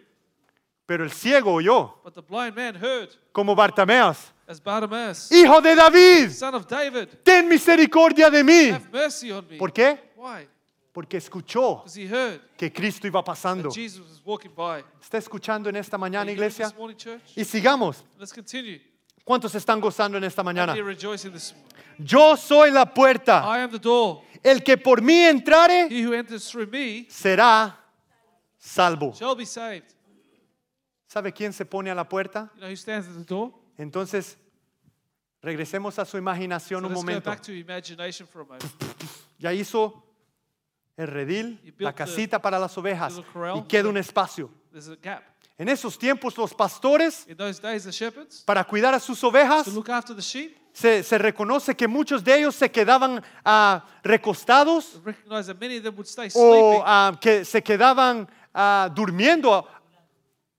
Pero el ciego oyó, But the blind man heard como Bartameas, as Bartimaeus, Hijo de David, son of David, ten misericordia de mí. have mercy on me. ¿Por qué? Why? Porque escuchó Because he heard que Cristo iba that pasando. Jesus was walking by. ¿Está escuchando en esta Are mañana, you hearing iglesia? this morning, church? Y sigamos. Let's continue. ¿Cuántos están gozando en esta mañana? Be rejoicing this morning. Yo soy la puerta. I am the door. El que por mí entrare He who enters through me será salvo. shall be saved. ¿Sabe quién se pone a la puerta? You know who stands at the door? Entonces, regresemos a su So imaginación un let's go momento. back to imagination for a moment. Ya hizo el redil, la You built the casita para las ovejas little corral y for queda the- un espacio. There's a gap. En esos tiempos los pastores, In those days, the shepherds para cuidar a sus ovejas, to look after the sheep se, se reconoce que muchos de ellos se quedaban ah, recostados recognized that many of them would stay o sleeping. ah, que se quedaban ah, durmiendo,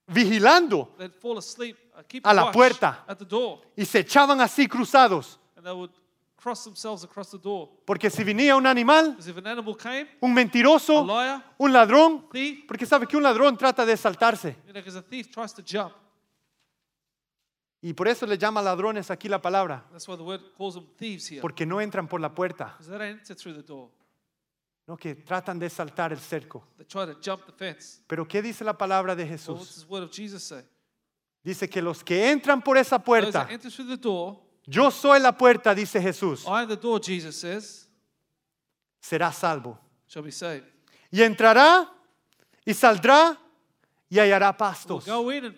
vigilando, They'd fall asleep, uh, keep A la watch puerta. at the door, y se echaban así cruzados, and they would cross themselves across the door. porque si venía un animal, Because if an animal came, un a mentiroso, liar, un ladrón, thief, porque sabe que un ladrón trata de saltarse. you know, because a thief tries to jump. Y por eso le llama ladrones aquí la palabra, That's why the word calls them thieves here, porque no entran por la puerta, because they don't enter through the door. no que tratan de saltar el cerco. They try to jump the fence. Pero ¿qué dice la palabra de So what's Jesús? the word of Jesus say? Dice que los que entran por esa Those puerta, that enter through the door, yo soy la puerta, dice Jesús, I am the door, Jesus says, será salvo. shall be saved. Y entrará y saldrá y hallará We'll pastos. go in and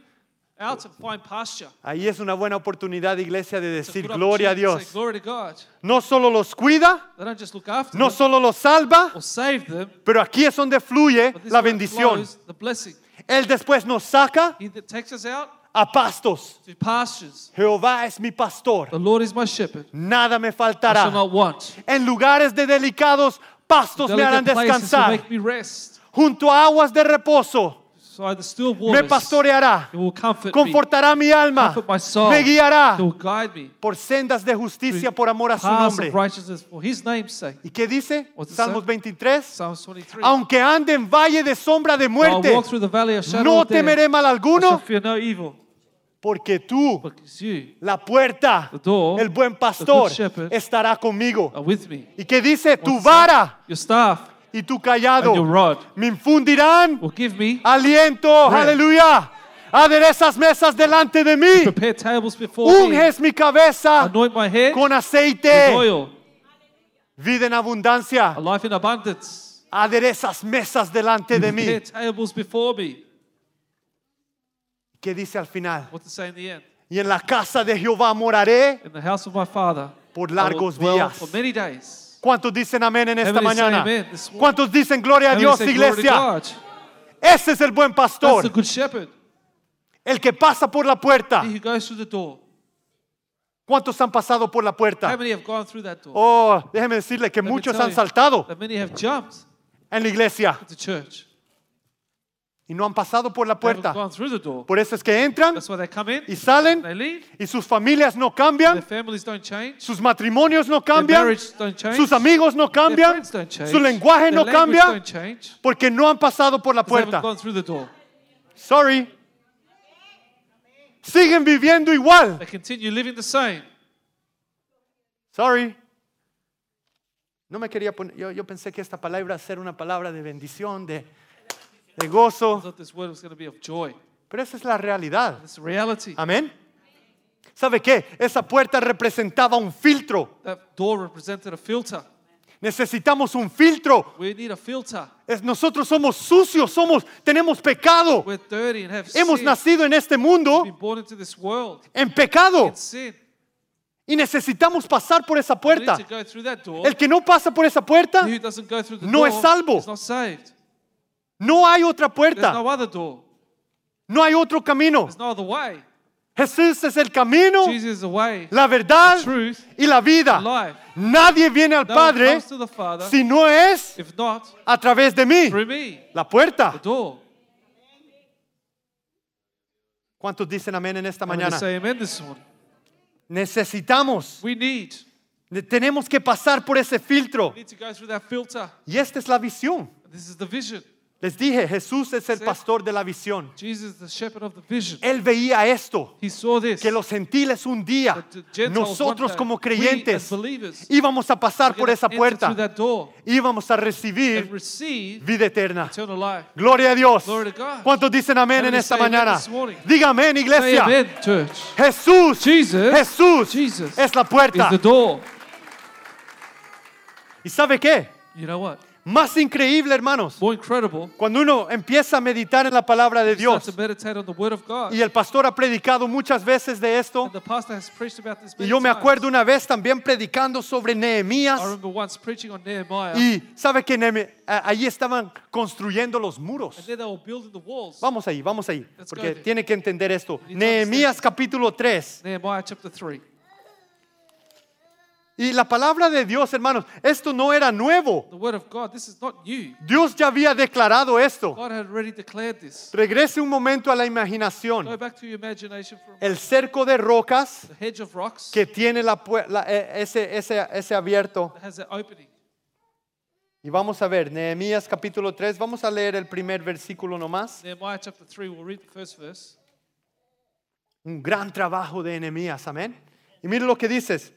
out and find pasture. Ahí es una buena oportunidad, iglesia, de It's a decir good gloria a opportunity to say, Dios. Glory to God. No solo los cuida, They don't just look after no them solo los salva, or save them, pero aquí es donde fluye but this la word bendición. flows, the blessing. Él después nos saca He that takes us out a pastos. to pastures. Jehová es mi pastor. The Lord is my shepherd. Nada me I faltará. shall not want. En lugares de delicados pastos me harán Delicate places will descansar. make me rest. Junto a aguas de reposo So the still me waters. pastoreará. It will comfort me. Confortará mi alma. Comfort my soul. Me guiará It will guide me. por sendas de justicia por amor a su Paths nombre. of righteousness for His name's sake. ¿Y qué dice? What's it Salmos say? 23. Psalms 23. Aunque ande en valle de sombra de Though I muerte, walk through the valley of shadow no of death, temeré mal I shall alguno, fear no evil. porque tú, Because you la puerta, The door, el buen the good pastor, shepherd, estará conmigo. are with me. ¿Y qué dice? Tu What's it vara Your staff y tu and your callado rod me infundirán will give me aliento. Bread. Aleluya. Aderezas mesas delante de mí. prepare tables before me. Unges mi cabeza Anoint my head con with aceite. oil. Vida en abundancia. A life in abundance. Aderezas mesas delante de mí. Prepare tables before me. ¿Qué dice al final? What's it say in the end? Y en la casa de Jehová moraré. In the house of my father. Por I will largos dwell días. For many days. ¿Cuántos dicen amén en esta Everybody say mañana? amen this morning. ¿Cuántos dicen gloria a Dios, Everybody say, "Glory to iglesia? God." Ese es el buen That's the pastor, good shepherd. el que pasa por la puerta. He who goes through the door. ¿Cuántos han pasado por la How puerta? many have gone through that door? Oh, déjeme decirle que Let me muchos tell han you saltado That many have jumped en la iglesia to church. y no han pasado por la They haven't puerta. gone through the door. Por eso es que entran That's why they come in. y salen They leave. y sus familias no Their cambian, families don't change. sus matrimonios no Their cambian, marriage don't change. sus amigos no Their cambian, friends don't change. su lenguaje Their no language cambia don't change. Pues porque no han pasado por la They haven't puerta. gone through the door. Sorry. siguen viviendo igual. They continue living the same. Sorry. No me quería poner, yo, yo pensé que esta palabra iba a ser una palabra de bendición, de, de I gozo, thought this word was going to be of joy. pero esa es la realidad. It's reality. Amén. ¿Sabe qué? Esa puerta representaba un filtro. That door represented a filter. Necesitamos un filtro. We need a filter. Es- nosotros somos sucios, somos, tenemos pecado. We're dirty and have Hemos sin. nacido en este We've mundo been born into this world en pecado in sin. y necesitamos pasar por esa We need puerta. to go through that door. El que no pasa por esa puerta, He who doesn't go through the no door es salvo. is not saved. no hay otra There's puerta, no other door. no hay otro camino. There's no other way. Jesús es el camino, Jesus is the way, la verdad truth, y la vida. and life. Nadie viene al No one Padre comes to the Father si no es if not a través de mí. through me, La puerta. the door. ¿Cuántos dicen amén en esta I'm going to mañana? say amen this morning. Necesitamos, We need, ne- tenemos que pasar por ese filtro. we need to go through that filter. Y esta es la visión. This is the vision. Les dije, Jesús es el Sí. pastor de la visión. Jesus is the shepherd of the vision. Él veía esto, He saw this. Eh, que los gentiles un día, that the Gentiles one nosotros day, como we as creyentes, believers, íbamos a pasar we're por gonna esa enter puerta, through that door íbamos a and recibir receive vida eterna. eternal life. Gloria a Dios. Glory to God. ¿Cuántos dicen amén How en many esta say amen mañana? this morning? Diga amén, Say iglesia. amen, church. Jesús, Jesus, Jesús Jesus es la is puerta. the door. ¿Y sabe qué? You know what? Más increíble, hermanos, More incredible. cuando uno empieza a meditar en la palabra de Start Dios, to meditate on the word of God. y el pastor ha predicado muchas veces de esto, And the pastor has preached about this y many yo me times. acuerdo una vez también predicando sobre Nehemías, I remember once preaching on Nehemiah, y sabe que Nehemi- a- ahí estaban construyendo los muros. and then they were building the walls. Vamos ahí, vamos ahí, Let's go porque there. tiene que entender esto. to Nehemías understand. capítulo 3. Nehemiah chapter 3. Y la palabra de Dios, hermanos, esto no era nuevo. The word of God, this is not you. Dios ya había declarado esto. God had already declared this. Regrese un momento a la Go imaginación. back to your imagination for a moment. El cerco de rocas The hedge of rocks que tiene la, pue- la- e- ese, ese, ese abierto. that has an opening. Y vamos a ver, Nehemías capítulo 3, vamos a leer el primer versículo nomás. Nehemiah chapter 3, we'll read the first verse. Un gran trabajo de Nehemías, amén. Y mire lo que dices.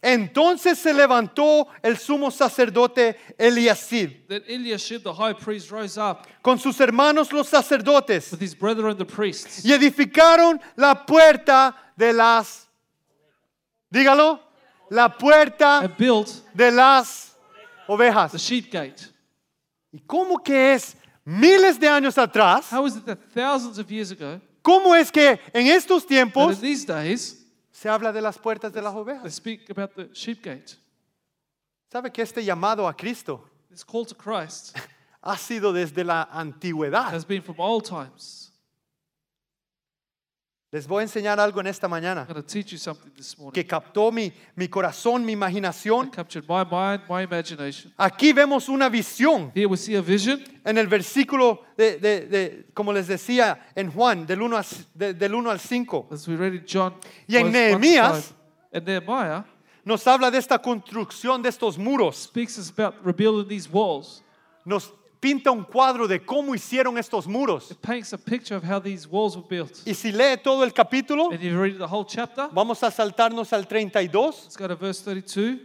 Entonces se levantó el sumo sacerdote Eliasib Then Eliashib the high priest rose up con sus hermanos los sacerdotes with his brethren the priests y edificaron la puerta de las, dígalo, la puerta and built de las the ovejas. sheep gate. ¿Y cómo que es miles de años atrás? How is it that thousands of years ago, ¿Cómo es que en estos and in tiempos these days, se habla de las puertas de las they ovejas? speak about the sheep gate? ¿Sabe que este llamado a Cristo This call to Christ ha sido desde la antigüedad? has been from old times. Les voy a enseñar algo en esta mañana I'm going to teach you something this morning. que captó mi, mi corazón, mi That imaginación. captured my mind, my imagination. Aquí vemos una visión Here we see a vision en el versículo de, de- de- como les decía en Juan, del 1 al, de- del 1 al 5, as we read in John. Y en verse one to Nehemías- five. and Nehemiah nos habla de esta construcción de estos muros, speaks us about rebuilding these walls. nos pinta un cuadro de cómo hicieron estos muros. It paints a picture of how these walls were built. Y si lee todo el capítulo, And you read the whole chapter. vamos a saltarnos al 32. Let's go to verse 32.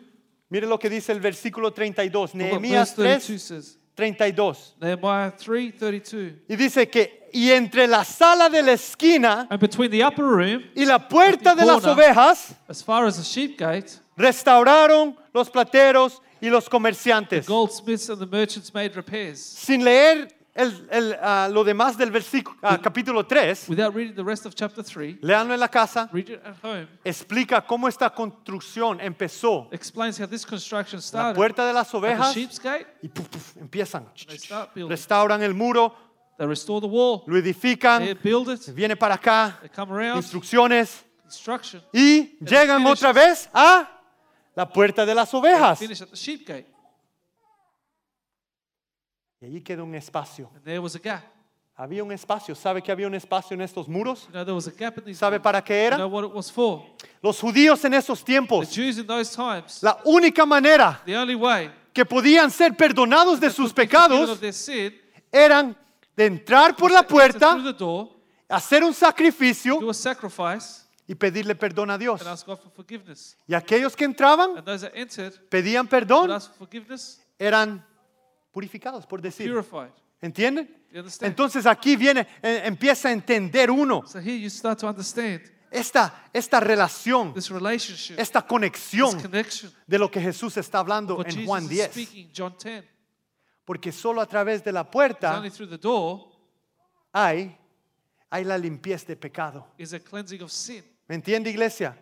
Mire lo que dice el versículo 32, Look what Nehemías verse 32 3, says. 32. Nehemiah 3, 32. Y dice que, y entre la sala de la esquina And between the upper room, y la puerta de las ovejas, as far as the sheep gate, restauraron los plateros y los the comerciantes. goldsmiths and the merchants made repairs. sin leer el- el, ah, lo demás del versículo, ah, capítulo 3, Without reading the rest of chapter 3, leanlo en la casa, read it at home. explica cómo esta construcción empezó. explains how this construction La started. puerta de las At the ovejas sheep's gate, y puf, puf, empiezan. they start building. Restauran el muro, They restore the wall. lo edifican, They build it. viene para acá, They come around. instrucciones, Construction. y llegan finishes. otra vez a la puerta de las ovejas. Finish at the sheep gate. Y allí queda un espacio. And there was a gap. Había un espacio. ¿Sabe que había un espacio en estos muros? You know, there was a gap in these ¿Sabe walls. para qué You era? know what it was for. Los judíos en esos The tiempos, Jews in those times, la única manera the only way que podían ser perdonados de sus forgiven pecados of their sin eran de entrar por la is to puerta through the door hacer un sacrificio do a sacrifice, y pedirle perdón a Dios. and ask God for forgiveness. Y aquellos que entraban, And those that entered pedían and perdón, asked for forgiveness, eran purificados, por decir. purified. ¿Entienden? You understand? Entonces aquí viene, eh, empieza a entender uno So here you start to understand esta, esta relación, this relationship, esta this conexión connection. de lo que Jesús está hablando What en Jesus Juan is 10. speaking, John 10. It's Porque solo a través de la puerta only through the door hay, hay la limpieza de pecado. is a cleansing of sin. ¿Me entiende, iglesia?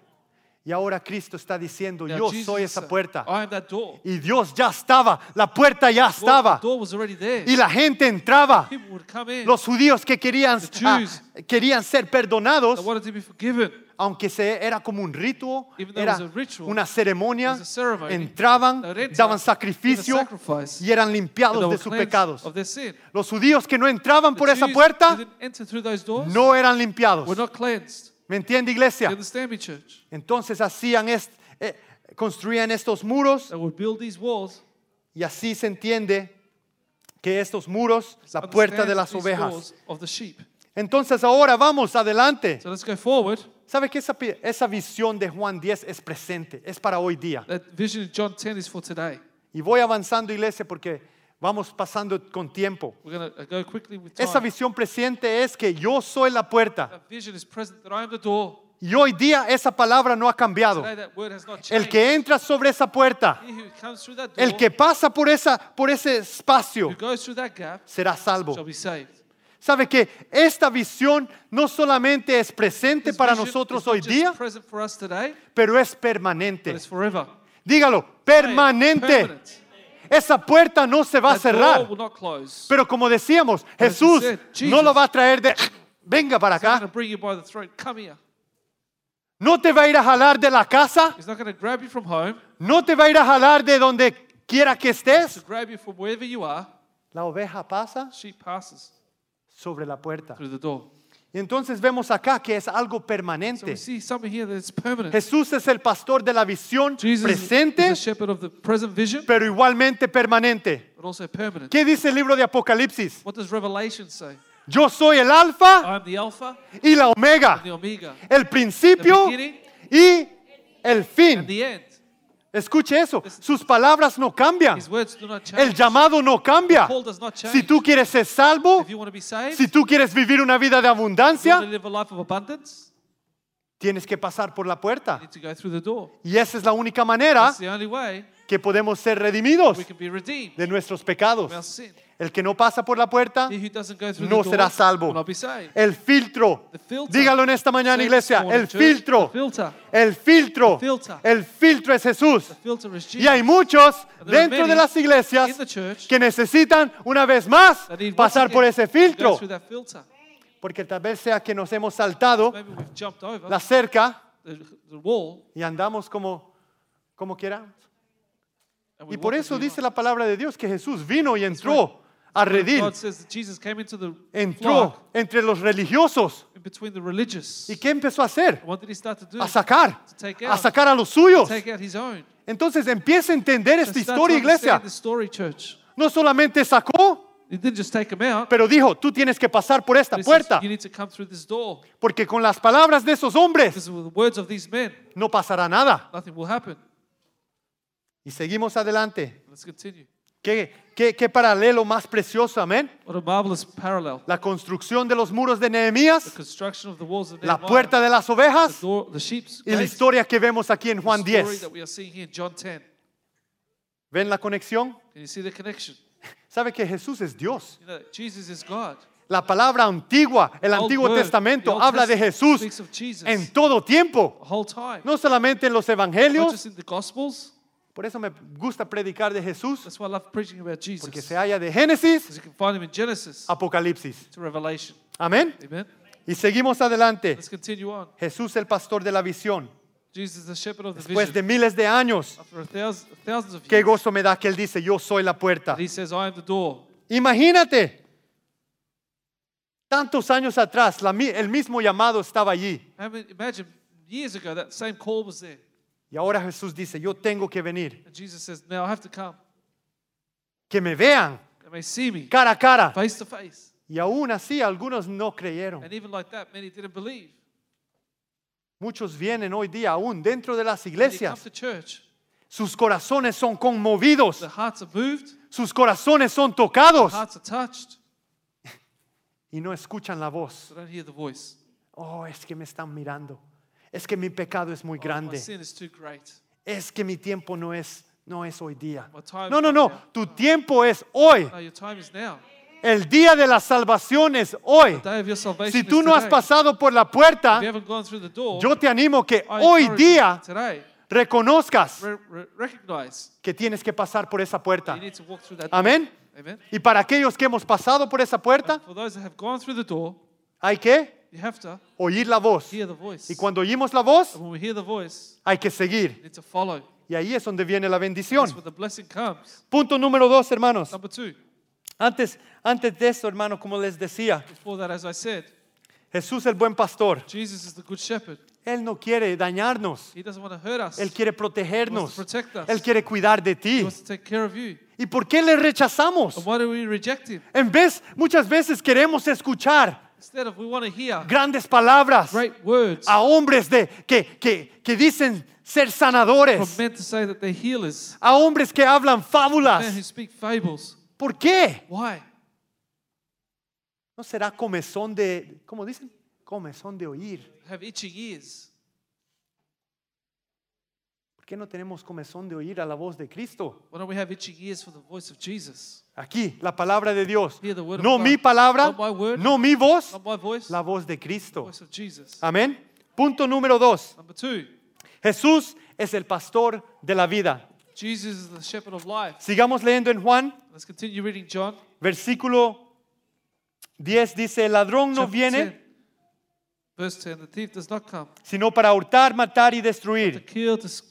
Y ahora Cristo está diciendo, Now yo Jesus soy is esa saying, puerta. I am that door. Y Dios ya estaba, la puerta ya Door- estaba. The door was already there. Y la gente entraba. People would come in. Los judíos que querían, The Jews. ah, querían ser They perdonados, wanted to be forgiven. aunque se, era como un ritual, Even though era it was a ritual, una ceremonia, it was a ceremony. entraban, They would enter, daban give a sacrificio sacrifice, y eran and they limpiados were de sus cleansed pecados. Of their sin. Los judíos que no entraban The por esa Jews puerta didn't enter through those doors. no eran limpiados. We're not cleansed. ¿Me entiende, You iglesia? understand me, church? Entonces hacían est- eh, construían estos muros They would build these walls. y así se entiende que estos muros, la puerta understand de las these ovejas. doors Of the sheep. Entonces ahora vamos adelante. So let's go forward. ¿Sabe que esa, pi- esa visión de Juan 10 es presente, es para hoy día? That vision in John 10 is for today. Y voy avanzando, iglesia, porque vamos pasando con tiempo. We're going to go quickly with time. Esa visión presente es que yo soy la puerta. that vision is present that I am the door. Y hoy día esa palabra no ha cambiado. Today that word has not changed. El que entra sobre esa puerta, He who comes through that door, el que pasa por, esa, por ese who espacio, goes through that gap, será salvo. shall be saved. ¿Sabe que esta visión no solamente es presente This para vision nosotros is not hoy just día, present for us today, pero es but permanente? it's forever. Dígalo, permanente. Permanent. Esa puerta no se va a That door cerrar. will not close. Pero como decíamos, As we Jesús said, no Jesus- lo va a traer de... "Ah, Venga para He's not going acá. to bring you by the throat. Come here. No te va a ir a jalar de la casa. He's not going to grab you from home, No te va a ir a jalar de donde quiera que to estés. grab you from wherever you are. La oveja pasa She passes sobre la puerta. through the door. Y entonces vemos acá que es algo So we permanente. see something here that's permanent. Jesús es el pastor de la visión Jesus is- is presente, the shepherd of the present vision, pero igualmente permanente. but also permanent. ¿Qué dice el libro de Apocalipsis? What does Revelation say? Yo soy el alfa I am the Alpha y la omega, and the Omega, el principio beginning y el fin. and the end. Escuche eso, sus palabras no cambian, His words do not change. el llamado no cambia. call does not change. Si tú quieres ser salvo, If you want to be saved, si tú quieres vivir una vida de if you want to abundancia, live a life of abundance, tienes que pasar por la you puerta. need to go through the door. Y esa es la única manera That's the only way que podemos ser redimidos we can be redeemed de nuestros from our pecados. sin. El que no pasa por la puerta He who doesn't go through no the será door salvo. will not be saved. El filtro, The filter. dígalo en esta mañana Say this iglesia, morning, el church, the filtro, filter. el filtro, The filter. el filtro es Jesús. Filter is Jesus. Y hay muchos there are dentro de many las iglesias in the church que necesitan una vez más that need once pasar again por ese to go filtro, through that filter. porque tal vez sea que nos hemos saltado Maybe we've jumped over la cerca the, the wall. y andamos como como queramos. And we Y por walk eso into the dice la palabra de Dios que Jesús vino y right. entró a light. redil, God says that Jesus came into the flock entró entre los religiosos. in between the religious. ¿Y qué empezó a hacer? What did he start to do? A sacar, To take a out. sacar a los suyos. Take out his own. Entonces empieza a entender So esta start to historia, iglesia. understand The story, church. No solamente sacó, He didn't just take him out. pero dijo, tú tienes que pasar por esta But he says, puerta, You need to come through this door. porque con las palabras de esos hombres Because with the words of these men, no pasará nada. nothing will happen. Y seguimos adelante. Let's continue. ¿Qué, qué, qué paralelo más precioso, amén? What a marvelous parallel. La construcción de los muros de The Nehemías, construction of the walls of la Nehemiah, puerta de las the ovejas door, the sheep's y la gates, historia que vemos aquí en Juan the story 10. that we are seeing here in John 10. ¿Ven la conexión? Can you see the connection? ¿Sabe que Jesús es Dios? You know, Jesus is God. La palabra antigua, el Old Antiguo Word, the Testamento, Old habla de Testament Jesús Speaks of Jesus en todo tiempo, the whole time. no solamente en los Not evangelios. just in the Gospels. Por eso me gusta predicar de Jesús, That's why I love preaching about Jesus. porque se Because halla de Génesis, you can find him in Genesis Apocalipsis. to Revelation. Amén. Amen. Y seguimos adelante. Let's continue on. Jesús el pastor de la visión. Jesus is the shepherd of the Después vision. de miles de años, After a thousand, thousands of qué years, gozo me da que Él dice, yo soy la puerta. he says, I am the door. Imagínate, tantos años atrás, la mi- el mismo llamado estaba allí. I mean, imagine years ago that same call was there. Y ahora Jesús dice, yo tengo que venir. And Jesus says, Now I have to come. Que me vean They may see me cara a cara. face to face. Y aún así algunos no creyeron. And even like that, many didn't believe. Muchos vienen hoy día aún dentro de las When you come iglesias. to church, Sus corazones son conmovidos. their hearts are moved, Sus corazones son tocados. hearts are touched. Y no escuchan la voz. They don't hear the voice. Oh, es que me están mirando. Es que mi pecado es muy Oh, my grande. sin is too great. Es que mi tiempo no es, no es hoy día. My time No, is no, not no. now. Tu tiempo es hoy. No, your time is now. El día de la salvación es hoy. The day of your salvation Si is tú no has today. pasado por la If you puerta, haven't gone through the door, yo te animo que I hoy encourage you día today, reconozcas re- re- recognize que tienes que pasar por esa puerta. you need to walk through that door. Amén. Amen. Y para aquellos que hemos pasado por esa puerta, For those that have gone through the door, hay que you have to oír la voz. hear the voice. Y cuando oímos la voz, And when we hear the voice, hay que seguir. you need to follow. Y ahí es donde viene la bendición. That's where the blessing comes. Punto número dos, hermanos. Number two, Antes, antes de eso, hermano, como les decía, before that, as I said, Jesús el buen pastor. Jesus is the good shepherd. Él no quiere dañarnos. He doesn't want to hurt us. Él quiere He protegernos. wants to protect us. Él quiere cuidar de He ti. wants to take care of you. ¿Y por qué le rechazamos? And why do we reject him? En vez, muchas veces queremos escuchar Instead of we want to hear grandes palabras great words a hombres de, que, que, que dicen ser from sanadores, men to say that they're healers, a hombres que hablan men who fábulas. speak fables. ¿Por qué? Why? ¿No será comezón de, cómo dicen? Comezón de oír. Have itching ears. ¿Por qué no tenemos comezón de oír a la voz de Cristo? Why don't we have itching ears for the voice of Jesus? Aquí, la palabra de Dios. Hear the word of No God. mi palabra, Not my word. no mi voz, Not my voice, la voz de the Cristo. voice of Jesus. Amén. Punto número dos. Number two, Jesús es el pastor de la vida. Jesus is the shepherd of life. Sigamos leyendo en Juan, Let's continue reading John. versículo 10 dice, el ladrón no chapter viene 10, Verse 10, the thief does not come sino para hurtar, matar y to destruir. kill, to s-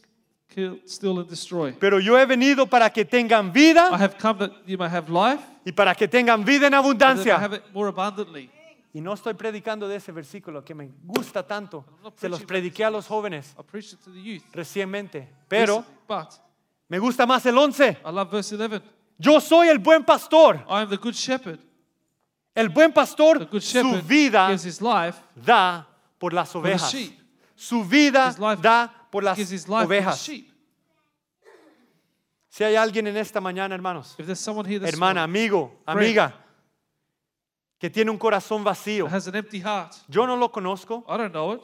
kill, steal, and destroy. Pero yo he venido para que tengan I vida have come that you may have life, y para que tengan vida en and that you may abundancia. have it more abundantly. Y no estoy predicando de ese versículo que me gusta tanto. I'm not Se los preaching about prediqué a los jóvenes I preached it to the youth. recientemente. Pero recently, but me gusta más el 11. I love verse 11. Yo soy el buen pastor. I am the good shepherd. El buen The pastor good su shepherd vida gives his life da por las the ovejas. sheep. Su vida His life- da por las gives his life for the ovejas. sheep. Si hay alguien en esta mañana, hermanos, If there's someone here this hermana, morning amigo, amiga, que tiene un corazón vacío, that has an empty heart, yo no lo conozco. I don't know it.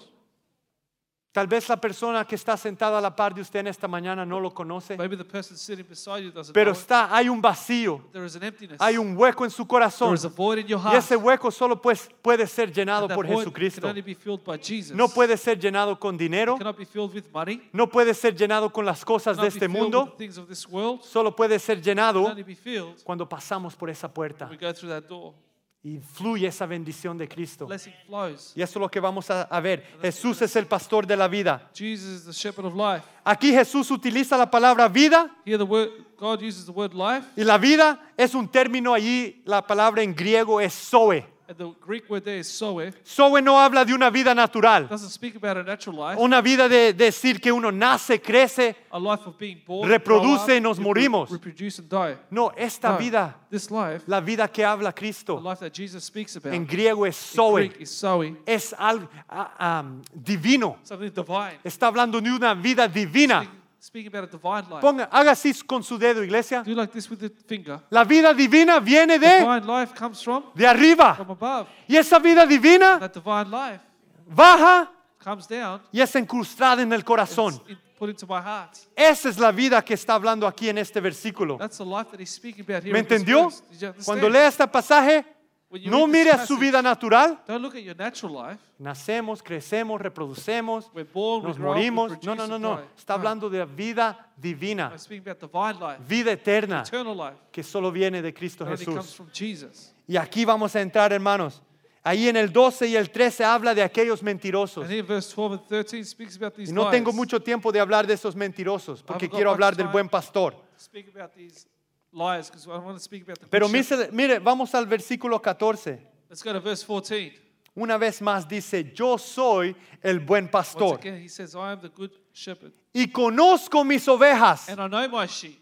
Tal vez la persona que está sentada a la par de usted en esta mañana no lo conoce, Maybe the person sitting beside you doesn't pero know it. está, hay un vacío, There is an emptiness. hay un hueco en su there corazón is a void in your y heart. ese hueco solo pues, puede ser And llenado that por void Jesucristo. can only be filled by Jesus. No puede ser llenado con dinero, It cannot be filled with money. no puede ser llenado con las cosas Cannot de be este filled with mundo, the things of this world. solo puede ser Can llenado only be filled cuando pasamos por esa puerta when we go through that door. y fluye esa bendición de Cristo. Blessing flows. Y eso es lo que vamos a, a ver. Jesús es el pastor de la vida. Jesus is the shepherd of life. Aquí Jesús utiliza la palabra vida Here the word God uses the word life, y la vida es un término allí, la palabra en griego es zoe. and the Greek word there is soe. Zoe no habla de una vida natural, Doesn't speak about a natural life, una vida de decir que uno nace, crece. a life of being born, Reproduce grow y nos repro- morimos. reproduce and die. No, esta No, vida, this life, la vida que habla the Cristo, life that Jesus speaks about, en griego es in zoe, Greek is soe, es algo ah, ah, divino. something divine. Está hablando de una vida divina. Speaking, speaking about a divine life. Ponga, haga así con su dedo, iglesia. Do like this with the finger. La vida divina viene de, Divine life comes from de arriba. from above. Y esa vida divina That divine life baja comes down, y es incrustada en el corazón. it's in- put into my heart. Esa es la vida que está hablando aquí en este versículo. That's the life that he's speaking about here. ¿Me in this entendió? verse. Did you understand? Cuando lea este pasaje, When you no read this mire a su passage, vida natural. Don't look at your natural life. Nacemos, crecemos, reproducemos, We're born, we nos grow up, we morimos. No, produce no, no, and no. die. Está No. hablando de vida divina, I'm speaking about divine life, vida eterna, eternal life. que solo viene de Cristo That only comes Jesús. from Jesus. Y aquí vamos a entrar, hermanos. Ahí en el 12 y el 13 habla de aquellos mentirosos. And here, verse 12 and 13 speaks about these Y no lies. tengo mucho tiempo de hablar de esos mentirosos, porque quiero hablar del buen pastor. Speak about these lies because I want to speak about the. Pero good shepherd. mire, mire, vamos al versículo 14. Let's go to verse 14. Una vez más dice, yo soy el buen pastor Once again, he says, "I am the good shepherd, y conozco mis ovejas. and I know my sheep.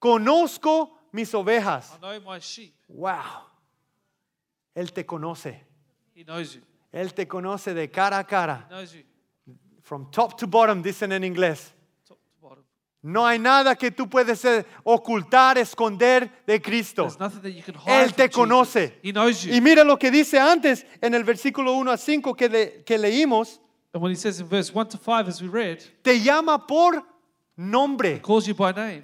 Conozco mis ovejas. I know my sheep." Wow. Él te conoce. He knows you. Él te conoce de cara a cara. He knows you. From top to bottom, dicen en inglés. Top to bottom. No hay nada que tú puedes eh, ocultar, esconder de Cristo. There's nothing that you can hide. Él te from Jesus. conoce. He knows you. Y mira lo que dice antes en el versículo 1 a 5 que, le- que leímos. and when he says in verse 1 to 5, as we read, Te llama por nombre. calls you by name.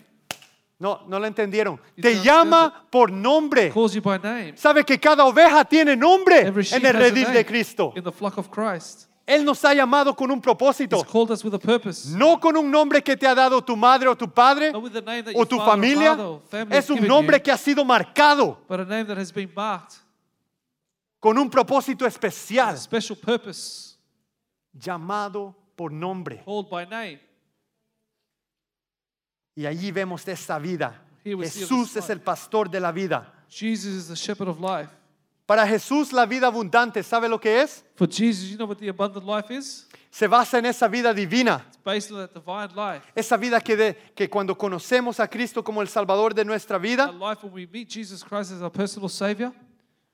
No, no lo entendieron. You Te don't llama por nombre. Calls you by name. Sabe que cada oveja tiene nombre Every sheep en el has a redil name de Cristo. In the flock of Christ. Él nos ha llamado con un propósito. He's called us with a purpose. No con un nombre que te ha dado tu madre o tu padre Not with the name that o your tu father or familia. mother or family Es has un given nombre you, que ha sido marcado but a name that has been marked. con un propósito A especial. special purpose. Llamado por nombre. Called by name. Y allí vemos esta vida. Here we see of Jesús this es life. el pastor de la vida. Jesus is the shepherd of life. Para Jesús la vida abundante, ¿sabe lo que es? For Jesus, you know what the abundant life is? Se basa en esa vida divina. It's based on that divine life. Esa vida que, de- que cuando conocemos a Cristo como el Salvador de nuestra Our vida, life when we meet Jesus Christ as our personal Savior,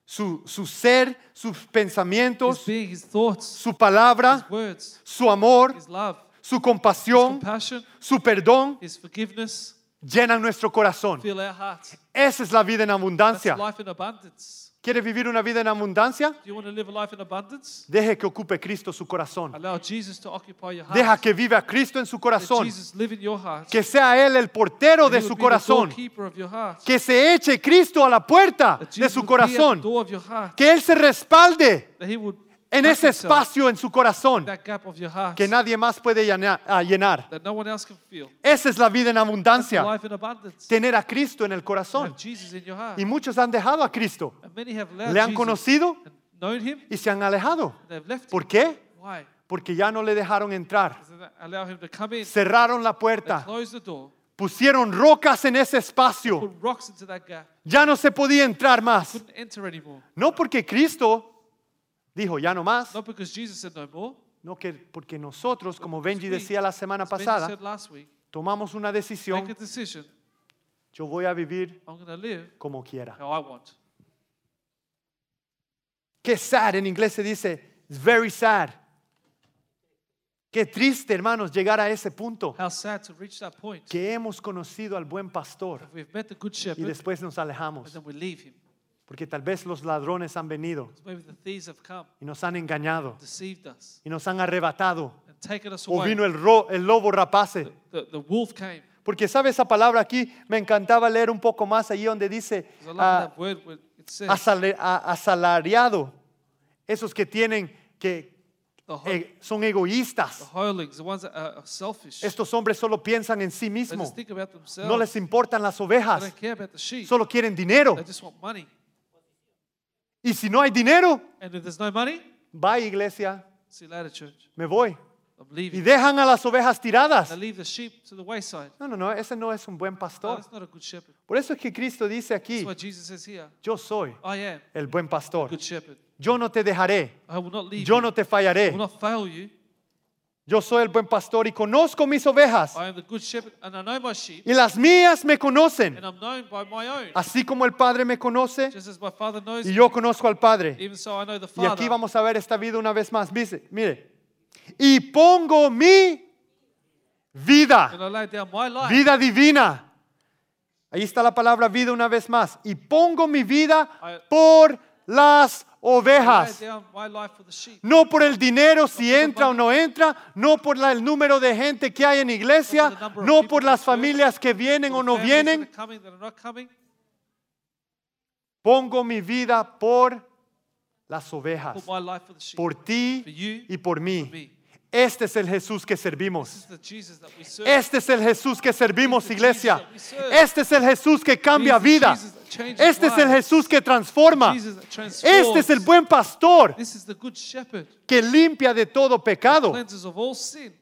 su, su ser, sus His pensamientos, being, His thoughts, su palabra, His words, su amor, His love, su His compasión, compassion, su perdón, His forgiveness, llenan nuestro corazón. fill our hearts. Esa es la vida en That's abundancia. life in abundance. ¿Quiere vivir una vida en abundancia? Do you want to live a life in abundance? Deje que ocupe Cristo su corazón. Allow Jesus to occupy your heart. Deja que viva Cristo en su Let corazón. Jesus live in your heart. Que sea Él el portero That de he su would be corazón. The doorkeeper of your heart. Que se eche Cristo a la puerta de That Jesus su would be at The corazón. door of your heart. Que Él se respalde That he would en wrap ese himself espacio en su corazón in that gap of your heart que nadie más puede llena- ah, llenar. that no one else can feel. Esa es la vida en That's abundancia. life in abundance. Tener a Cristo en el corazón. Have Jesus in your heart. Y muchos han dejado a Cristo. And many have left Le han Jesus conocido and known him. y se han alejado. They've left ¿Por him. qué? Why? Porque ya no le dejaron entrar. Doesn't that allow him to come in. Cerraron la They puerta. close the door. Pusieron rocas en ese Put espacio. rocks into that gap. Ya no se podía entrar más. Couldn't enter anymore. No porque Cristo dijo ya no más. Not because Jesus said no more. No que porque nosotros, como Benji We, decía la semana as Benji pasada, said last week, tomamos una make decisión. a decision. Yo voy a vivir I'm going to live como quiera. how I want. Qué sad, en inglés se dice, it's very sad. Qué triste, hermanos, llegar a ese punto. How sad to reach that point. Que hemos conocido al buen pastor We've met the good y shepherd después nos and alejamos. then we leave him. Porque tal vez los ladrones han venido Maybe the thieves have come, y nos han engañado deceived us, y nos han arrebatado. and taken us O away. vino el, ro- el lobo rapace. The, the wolf came. Porque sabe esa palabra aquí, me encantaba leer un poco más allí donde dice There's a lot of ah, that word where it says asale- a- asalariado. Esos que tienen, que the, ho- eh, son the egoístas. hirelings, the ones that are are selfish. Estos hombres solo piensan en sí They mismos. just think about No themselves. les importan las They ovejas, don't care about the sheep. solo quieren dinero. They just want money. Y si no hay dinero, And if there's no money, bye iglesia, see you later, church. me voy. I'm Y leaving. dejan a las ovejas They tiradas. leave the sheep to the wayside. No, no, no, ese no es un buen No, pastor. that's not a good shepherd. Por eso es que Cristo dice aquí, That's what Jesus says here. yo soy I am el buen a pastor. good shepherd. Yo no te dejaré, I will not leave yo you. no te I fallaré. will not fail you. Yo soy el buen pastor y conozco mis ovejas. I am the good shepherd, and I know my sheep, Y las mías me conocen, and I'm known by my own. así como el Padre me conoce Just as my father knows y me, yo conozco al Padre. even so I know the Y aquí father. vamos a ver esta vida una vez más. Dice, mire, y pongo mi vida, And I lay down my life. vida divina. Ahí está la palabra vida una vez más. Y pongo mi vida por las I lay ovejas. down my life for the sheep. No por el dinero, si entra o no entra, no por la- el número de gente que hay en iglesia, no por las familias que vienen o For the no families that vienen. are coming, that are not coming, Pongo mi vida por las I ovejas, put my life for the sheep. por ti y por mí. Me. Este es el Jesús que servimos. This is the Jesus that we serve. Este es el Jesús que servimos, Este es el iglesia. Jesus that we serve. Este es el Jesús que cambia He's the vida. Jesus that changes Este es el lives. Jesús que transforma. Jesus that transforms. Este es el buen pastor This is the good shepherd. que limpia de todo pecado. Cleanses of all sin.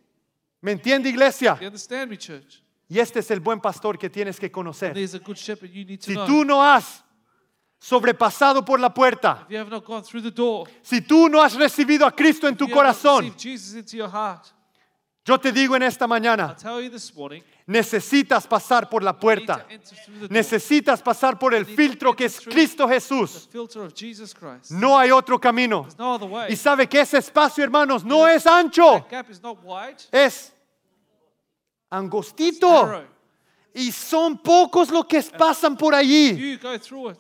¿Me entiende, iglesia? You understand me, church? Y este es el buen pastor que tienes que conocer. There's a good shepherd you need to Si know. tú no has sobrepasado por la puerta, if you have not gone through the door, si tú no has recibido a Cristo en tu you have not corazón, received Jesus into your heart. Yo te digo en esta I'll mañana, tell you this morning, necesitas pasar por la you need puerta. to enter through the door, the Necesitas pasar por el filtro que es Cristo Jesús. filter of Jesus Christ. No hay otro camino. There's no other way. Y sabe que ese espacio, hermanos, no es ancho, That gap is not wide. es Narrow. angostito. Y son pocos los que pasan por allí. You go through it.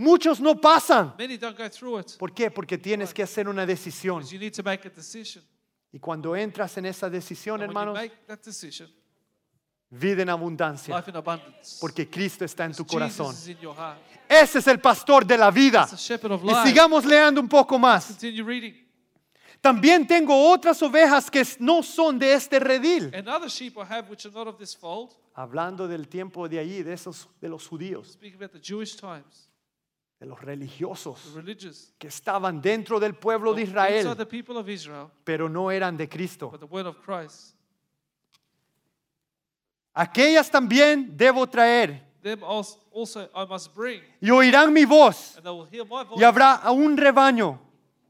Muchos no pasan. Many don't go through it. ¿Por qué? Porque tienes que hacer una decisión. Because you need to make a decision. Y cuando entras en esa decisión, And when you hermanos, make that decision, vida en abundancia. life in abundance. Porque Cristo está en tu corazón. Jesus is in your heart. Ese es el pastor de la vida. It's the shepherd of Y life. sigamos leyendo un poco más. Continue reading. También tengo otras ovejas que no son de este redil. And other sheep I have which are not of this fold. Hablando del tiempo de allí, de esos, de los judíos, Speaking about the Jewish times, de los the religiosos religious. que estaban dentro del pueblo de These are Israel, the people of Israel, pero no eran de Cristo. but the word of Christ. Aquellas también debo traer Them als- also I must bring, y oirán mi voz and they will hear my voice, y habrá un rebaño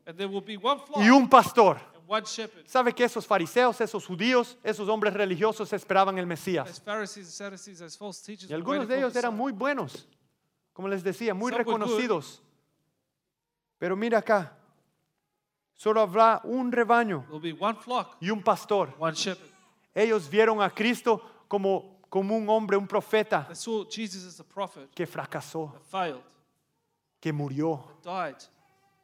and there will be one flock y un pastor. and one shepherd. ¿Sabe que esos fariseos, esos judíos, esos hombres religiosos esperaban el Mesías? As Pharisees and Sadducees, as false teachers, Y were algunos waiting de for ellos eran Messiah. muy buenos, como les decía, muy Some were good. reconocidos. Pero mira acá, solo habrá un rebaño There will be one flock, y un pastor. one shepherd. Ellos vieron a Cristo como, como un hombre, un profeta They saw Jesus as a prophet que fracasó, that failed, que murió, died,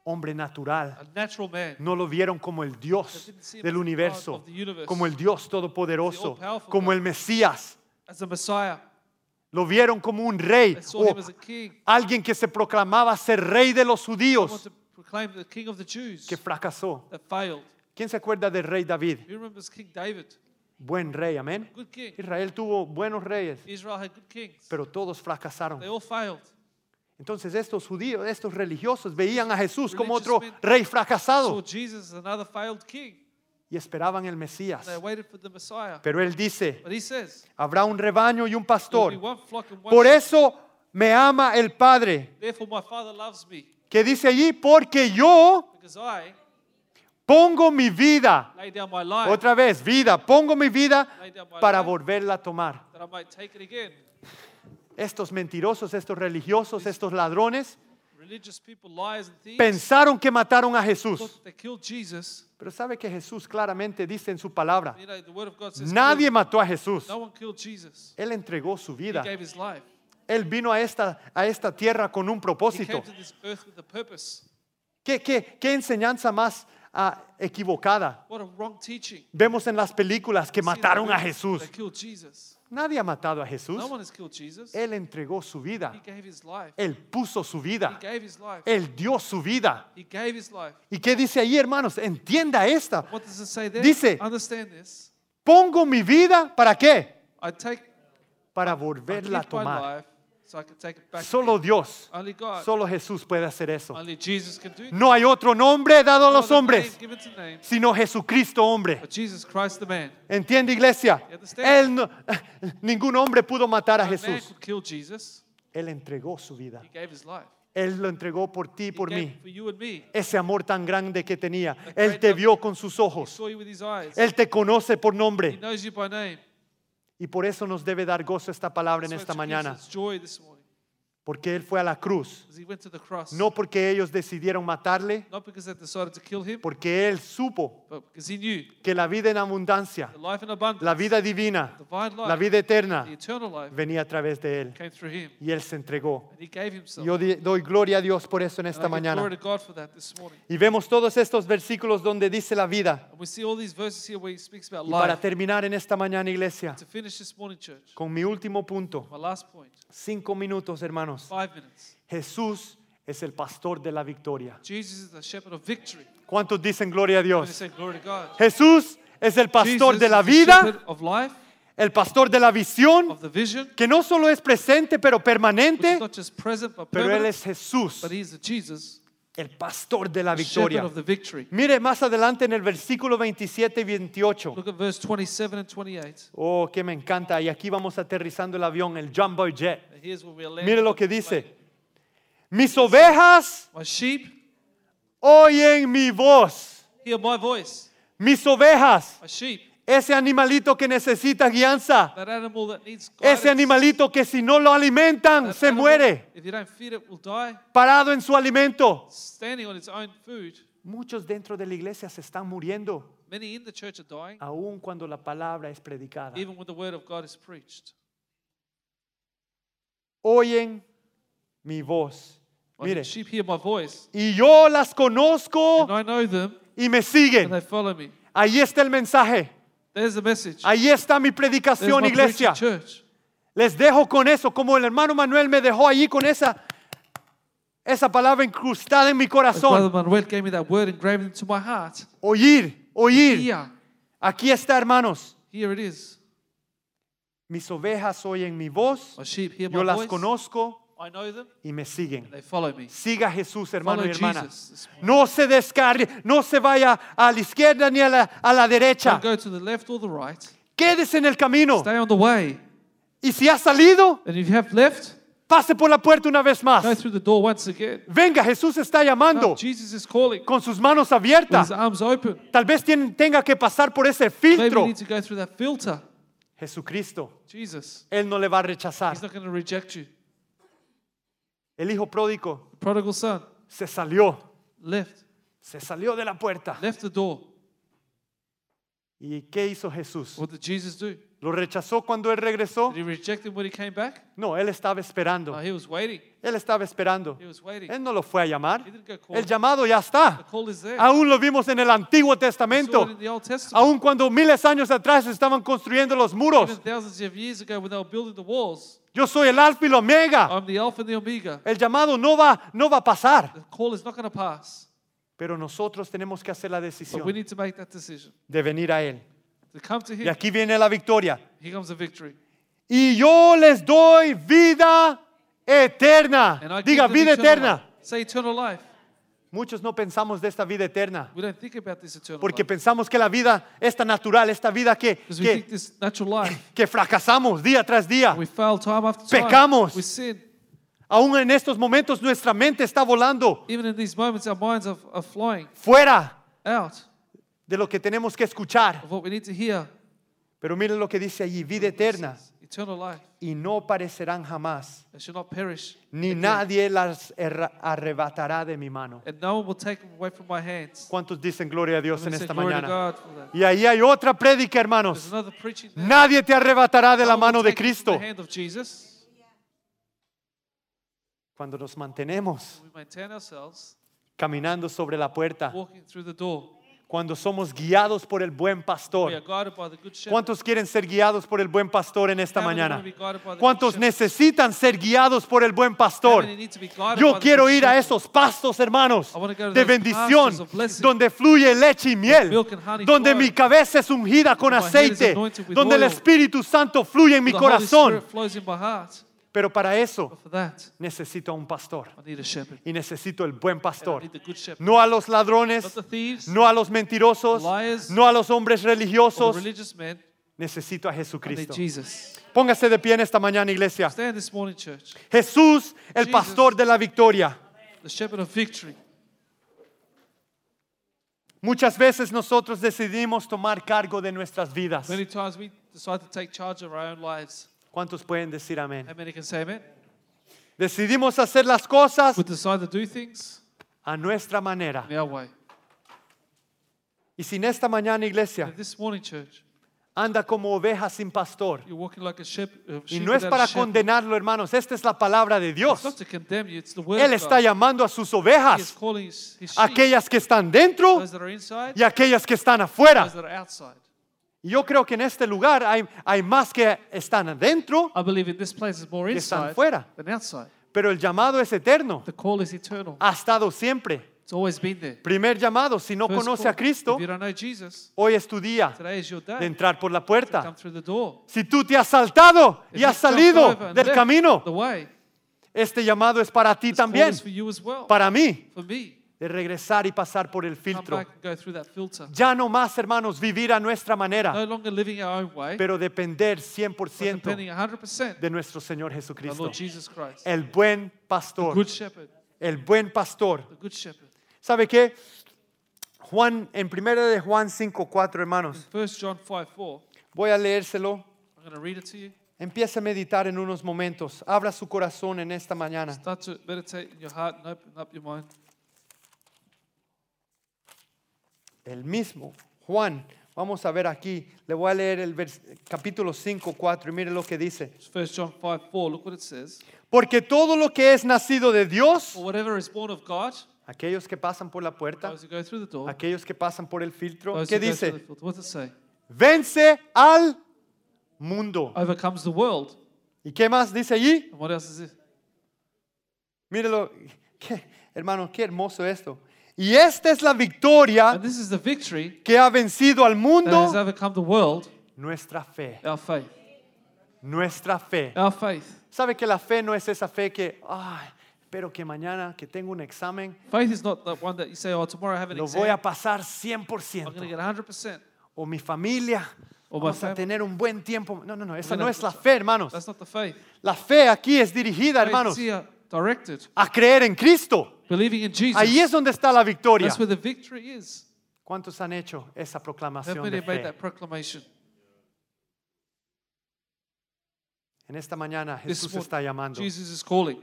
hombre natural. a natural man. No lo vieron como el Dios del universo, como el Dios todopoderoso, como el Mesías. as a Messiah. Lo vieron como un rey They saw o him as a king. alguien que se proclamaba ser rey de los They want judíos, to proclaim the king of the Jews que fracasó. that failed. ¿Quién se acuerda del rey David? Who remembers King David? Buen rey, amén. Good king. Israel tuvo buenos reyes, Israel had good kings. pero todos fracasaron. They all failed. Entonces estos judíos, estos religiosos veían a Jesús como Religious otro men rey Saw fracasado Jesus as another failed king. y esperaban el Mesías. They waited for the Messiah. Pero él dice, But he says, habrá un rebaño y un there will be pastor. one flock and one Por shepherd. eso me ama el Padre, Therefore my Father loves me, que dice allí, porque yo because I pongo mi vida, lay down my life otra vez, vida, pongo mi vida para volverla a tomar. that I might take it again. Estos mentirosos, estos religiosos, estos ladrones, Religious people, liars and thieves, pensaron que mataron a Jesús. thought they killed Jesus. Pero sabe que Jesús claramente dice en su palabra, You know, the word of God says, nadie killed- mató a Jesús. no one killed Jesus. Él entregó su vida. He gave his life. Él vino a esta, a esta tierra con un He came propósito. to this earth with a purpose. ¿Qué, qué, qué enseñanza más ah, equivocada? What a wrong teaching. Vemos en las películas que See the mataron a movies, Jesús. They killed Jesus. Nadie ha matado a Jesús. No one has killed Jesus. Él entregó su He vida. gave his life. Él puso su He vida. gave his life. Él dio su vida. He gave his life. ¿Y qué dice ahí, hermanos? Entienda esta. What does it say there? Dice- Understand this. Pongo mi vida para qué? I take Para I volverla a keep my tomar. life so I can take it back. Solo Dios. Only God. Solo Jesús puede hacer eso. Only Jesus can do that. No hay otro nombre dado a No los other hombres, name given to name, sino Jesucristo hombre. but Jesus Christ the man. ¿Entiende, iglesia? You understand? Él no- ningún hombre pudo matar a No man Jesús. could kill Jesus. Él entregó su vida. He gave his life. Él lo entregó por ti y He por gave mí. For you and me. Ese amor tan grande que tenía. The Él great te love. vio con sus He ojos. saw you with his eyes. Él te conoce por He nombre. knows you by name. Y por eso nos debe dar gozo esta palabra en That's esta what gives mañana. us joy this morning Porque Él fue a la cruz. because he went to the cross. No porque ellos decidieron matarle, Not because they decided to kill him, porque Él supo but because he knew que la vida en abundancia, the life in abundance, la vida divina, divine life, la vida eterna the eternal life venía a través de Él. came through him. Y Él se entregó. And he gave himself. Yo di- doy gloria a Dios por eso en And esta I give mañana. Glory to God for that this morning. Y vemos todos estos versículos donde dice la vida. And we see all these verses here where he speaks about Y para life. terminar en esta mañana, iglesia, To finish this morning, church, con mi último punto, my last point, cinco minutos, hermanos. five minutes. Jesús es el pastor de la victoria. Jesus is the shepherd of victory. ¿Cuántos dicen gloria a And we Dios? say, Glory to God. Jesús es el pastor Jesus de la is the vida, shepherd of life, el pastor de la visión, of the vision, que no solo es presente, pero which is permanente, not just present but pero Él permanent, es Jesús, but he is the Jesus, el pastor de la the shepherd victoria. of the victory. Mire más adelante en el versículo 27 y 28. Look at verse 27 and 28. Oh, que me encanta. Y aquí vamos aterrizando el avión, el jumbo jet. And here's where we are landing Mire lo on que the plane. dice. Mis ovejas My sheep oyen mi voz. hear my voice. mis ovejas, a sheep, ese animalito que necesita guianza, that animal that needs guidance. ese animalito que si no lo alimentan that se animal, muere, If you don't feed it, will die. parado en su alimento. Standing on its own food. Muchos dentro de la iglesia se están muriendo, Many in the church are dying, aun cuando la palabra es predicada. even when the word of God is preached. Oyen mi voz. Like, Mire, sheep hear my voice, y yo las and conozco I know them, y me and siguen. they follow me. Ahí está el mensaje. There's the message. Ahí está mi There's my predicación, preaching iglesia. church. Les dejo con eso, como el hermano Manuel me dejó allí con esa, esa palabra incrustada en mi As Brother corazón. Manuel gave me that word engraved into my heart. Oír, oír. Here, Aquí está, hermanos. here it is. Mis ovejas oyen mi voz, My sheep hear my yo las voice. conozco I know them, y me siguen. and they follow me. Siga a Jesús, hermano Follow y hermana. Jesus this morning. No se descargue, no se vaya a la izquierda ni a la, a la derecha. Don't go to the left or the right. Quédese en el camino. Stay on the way. Y si ha salido, And if you have left, pase por la puerta una vez más. go through the door once again. Venga, Jesús está No, Pues, ah- llamando Jesus is calling con sus manos with his abiertas. arms open. Tal vez tien- tenga que pasar por ese Maybe you filtro. need to go through that filter. Jesucristo, Jesus, Él no le va a rechazar. he's not going to reject you. El hijo pródigo The prodigal son se salió, left, se salió de la puerta. left the door. ¿Y qué hizo Jesús? What did Jesus do? ¿Lo rechazó cuando Él regresó? Did he reject him when he came back? No, Él estaba No, esperando. he was waiting. Él estaba esperando. He was waiting. Él no lo fue a llamar. He didn't get called. El llamado ya The está. call is there. Aún lo vimos en el Antiguo We saw it Testamento. in the Old Testament. Aún cuando miles de años atrás estaban construyendo los Even muros. thousands of years ago when they were building the walls. Yo soy el Alfa y el Omega. I'm the Alpha and the Omega. El llamado no va, no va a pasar. The call is not going to pass. Pero nosotros tenemos que hacer la But we decisión need to make that decision. de venir a Él. To come to Y him, aquí viene la victoria. here comes the victory. Y yo les doy vida And I eterna. give Diga them vida eternal eterna. life. Say eternal life. Muchos no pensamos de esta vida eterna We don't think about this eternal porque life. pensamos que la vida, esta natural, esta vida que, Because we think que, this natural life. que fracasamos día tras día. We fail time after time. Pecamos. We sin. Aún en estos momentos nuestra mente está volando Even in these moments, our minds are, are flying fuera out de lo que tenemos que escuchar. of what we need to hear. Pero miren lo que dice allí, vida eterna. Eternal life. Y no parecerán jamás, They shall not perish. ni again. nadie las erra- arrebatará de mi mano. And no one will take them away from my hands. ¿Cuántos dicen gloria a Dios And en we say, esta "Glory to mañana? God for that." Y ahí hay otra prédica, There's hermanos. another preaching there. Nadie te arrebatará de No la one mano will de take it from Cristo. The hand of Jesus. Cuando nos mantenemos We maintain ourselves caminando sobre la puerta, walking through the door. cuando somos guiados por el buen We are pastor. guided by the good shepherd. ¿Cuántos quieren ser guiados por el buen pastor en esta How many mañana? wanna be guided by the ¿Cuántos good shepherd? necesitan ser guiados por el buen How pastor? many need to be guided by Yo the quiero good ir a shepherd? esos pastos, hermanos, I wanna go to de those bendición, pastures of blessing, donde fluye leche y miel, milk and honey donde flow, mi cabeza es ungida con where my head is aceite, anointed with donde el oil, Espíritu Santo fluye en mi The Holy corazón. Spirit flows in my heart. Pero para eso But for that, necesito a un pastor I need a shepherd. y necesito el buen And I pastor. need the good shepherd. No a los ladrones, Not the thieves, no a los mentirosos, Liars, no a los hombres or religiosos. the religious men. Necesito a I need Jesucristo. Jesus. Póngase de pie en esta mañana, iglesia. Stand this morning, church. Jesús, el Jesus. pastor de la victoria. The shepherd of victory. Muchas veces nosotros decidimos tomar cargo de nuestras vidas. Many times we decide to take charge of our own lives. ¿Cuántos pueden decir amén? How many can say amen? Decidimos hacer las cosas We decide to do things a nuestra manera. in our way. Y si en esta mañana, iglesia, And this morning, church, anda como oveja sin pastor, you're walking like a shepherd. a y sheep no es without a para shepherd. condenarlo, hermanos, esta es la palabra de Dios. It's not to condemn you, it's the word Él of está God. llamando a sus He is ovejas, calling his, his sheep, aquellas que están dentro those that are inside, y aquellas que están afuera. those that are outside. Y yo creo que en este lugar hay, hay más que están adentro, I believe in this place is more están inside fuera. than outside. pero el llamado es eterno. The call is eternal. Ha estado siempre. It's always been there. Primer llamado, si no First conoce call, a Cristo, If you don't know Jesus, hoy es tu día today is your de day. entrar por la Come puerta. through the door. Si tú te has saltado If y has you've jumped over salido and del left camino, The way. este llamado es para ti This call también, is for you as well. para mí, for me. de regresar y pasar por el Come filtro. back and go through that filter. Ya no más, hermanos, vivir a nuestra No manera, longer living our own way, pero depender but 100% depending 100% de nuestro Señor on Jesucristo. Lord Jesus Christ. El buen pastor, Good shepherd. el buen pastor. The good shepherd. ¿Sabe qué? Juan, en primera de Juan 5, 4, hermanos. 1 John 5 4. Voy a leérselo. I'm going to read it to you. Empieza a meditar en unos momentos. Abra su corazón en esta mañana. Start to meditate in your heart and open up your mind. El mismo Juan, vamos a ver aquí, le voy a leer el vers- capítulo 5, 4 y mire lo que dice. 1 John 5 4. Look what it says. Porque todo lo que es nacido de Dios, For whatever is born of God, aquellos que pasan por la puerta, those who go through the door, aquellos que pasan por el filtro, those ¿qué who go through the dice? filter. What does it say? Vence al mundo. Overcomes the world. ¿Y qué más dice allí? And what else is it? Mírelo, qué- hermano, qué hermoso esto. Y esta es la victoria And this is the victory que ha vencido al that has mundo, overcome the world, nuestra fe, our faith. nuestra fe. Our faith. ¿Sabe que la fe no es esa fe que, ay, espero que mañana que tengo un examen Faith is not that one that you say, oh, tomorrow I have an lo exam. voy a pasar I'm going to 100%. get 100%. O mi familia, O vamos my a fam- tener un buen tiempo. No, no, no, esa We're no gonna- es la fe, hermanos. That's not the faith. La fe aquí es dirigida, Faith hermanos, is here, directed, a creer en Cristo. believing in Jesus. Ahí es donde está la victoria. That's where the victory is. ¿Cuántos han hecho esa How proclamación many de have made fe? that proclamation? En esta mañana This Jesús is what está llamando. Jesus is calling.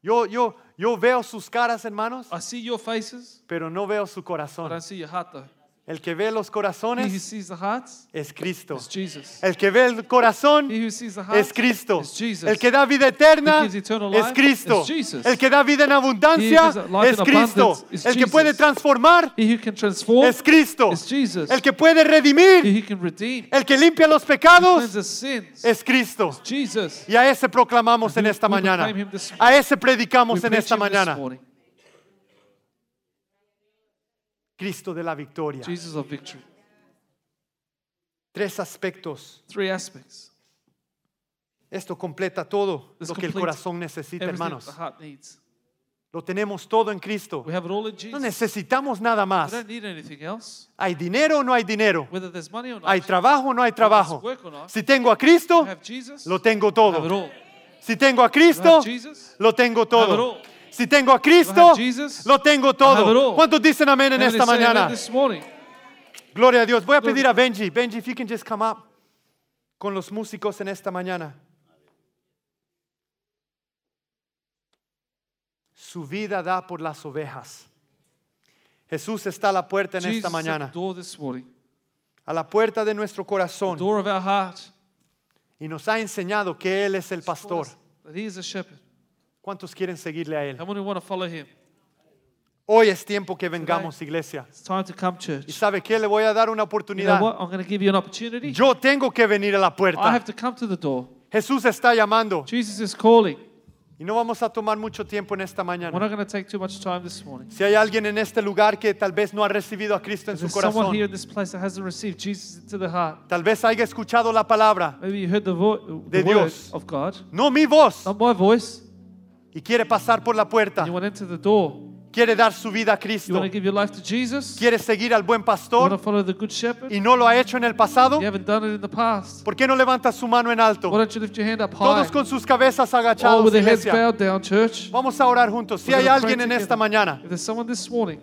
Yo, yo, yo veo sus caras, hermanos, I see your faces, pero no veo su but I corazón. don't see your heart though. El que ve los He who corazones sees the hearts es Cristo. is Jesus. El que ve el corazón He who sees the hearts es Cristo. is Jesus. El que da vida eterna Who gives eternal es life Cristo. is Jesus. El que da vida en abundancia He gives life es in Cristo. abundance is El que puede Jesus. transformar He who can transform es Cristo. is Jesus. El que puede He redimir, who can redeem el que limpia los pecados cleanses sins es Cristo. Jesus. Y a ese proclamamos en We- esta we mañana. proclaim him this- A ese We predicamos en preach esta him this mañana. morning. Cristo de la victoria. Jesus of victory. Tres aspectos. Three aspects. Esto completa todo This lo que el completes corazón necesita, Everything hermanos. the heart needs. Lo tenemos todo en Cristo. We have it all in No Jesus. necesitamos nada we más. don't need anything else. ¿Hay dinero o no hay dinero? Whether there's money or not. ¿Hay trabajo o no hay trabajo? work or not. Si tengo a I Cristo, have Jesus. lo tengo I have it todo. all. Si tengo a I Cristo, have Jesus. lo tengo I have it todo. all. Si tengo a I Cristo, have Jesus. lo tengo I have it all. todo. ¿Cuántos dicen amén en How many esta say amen mañana? This morning. Gloria a Dios. Voy a Gloria. pedir a Benji. Benji, if you can just come up con los músicos en esta mañana. Su vida da por las ovejas. Jesús está a la puerta en Jesus is esta at mañana, the door this morning. a la puerta de nuestro corazón Door of our heart. y nos ha enseñado que Él es el pastor. That he is a shepherd. ¿Cuántos quieren seguirle a Él? How many want to follow him? Hoy es tiempo que vengamos, iglesia. It's time to come, church. ¿Y sabe qué? Le voy a dar una You know oportunidad. what? I'm going to give you an opportunity. Yo tengo que venir a la I puerta. have to come to the door. Jesús está llamando. Jesus is calling. Y no vamos a tomar mucho tiempo en esta We're mañana. not going to take too much time this morning. Si hay alguien en este lugar que tal vez no ha recibido a Cristo en If su There's someone corazón, here in this place that hasn't received Jesus into the heart. tal vez haya escuchado la palabra, Maybe you heard the, vo- De the word Dios. Ah. of God, no mi voz, not my voice. y quiere pasar por la puerta, You want to enter the door. quiere dar su vida a You Cristo, want to give your life to Jesus. quiere seguir al buen You want to pastor follow the good shepherd. y no lo ha hecho en el pasado, You haven't done it in the past. ¿por qué no levanta su mano en Why alto? don't you lift your hand up high? Todos con sus cabezas All agachados, with their heads iglesia. bowed down, church. Vamos a orar juntos. Si We're hay gonna pray alguien en together. esta mañana If there's someone this morning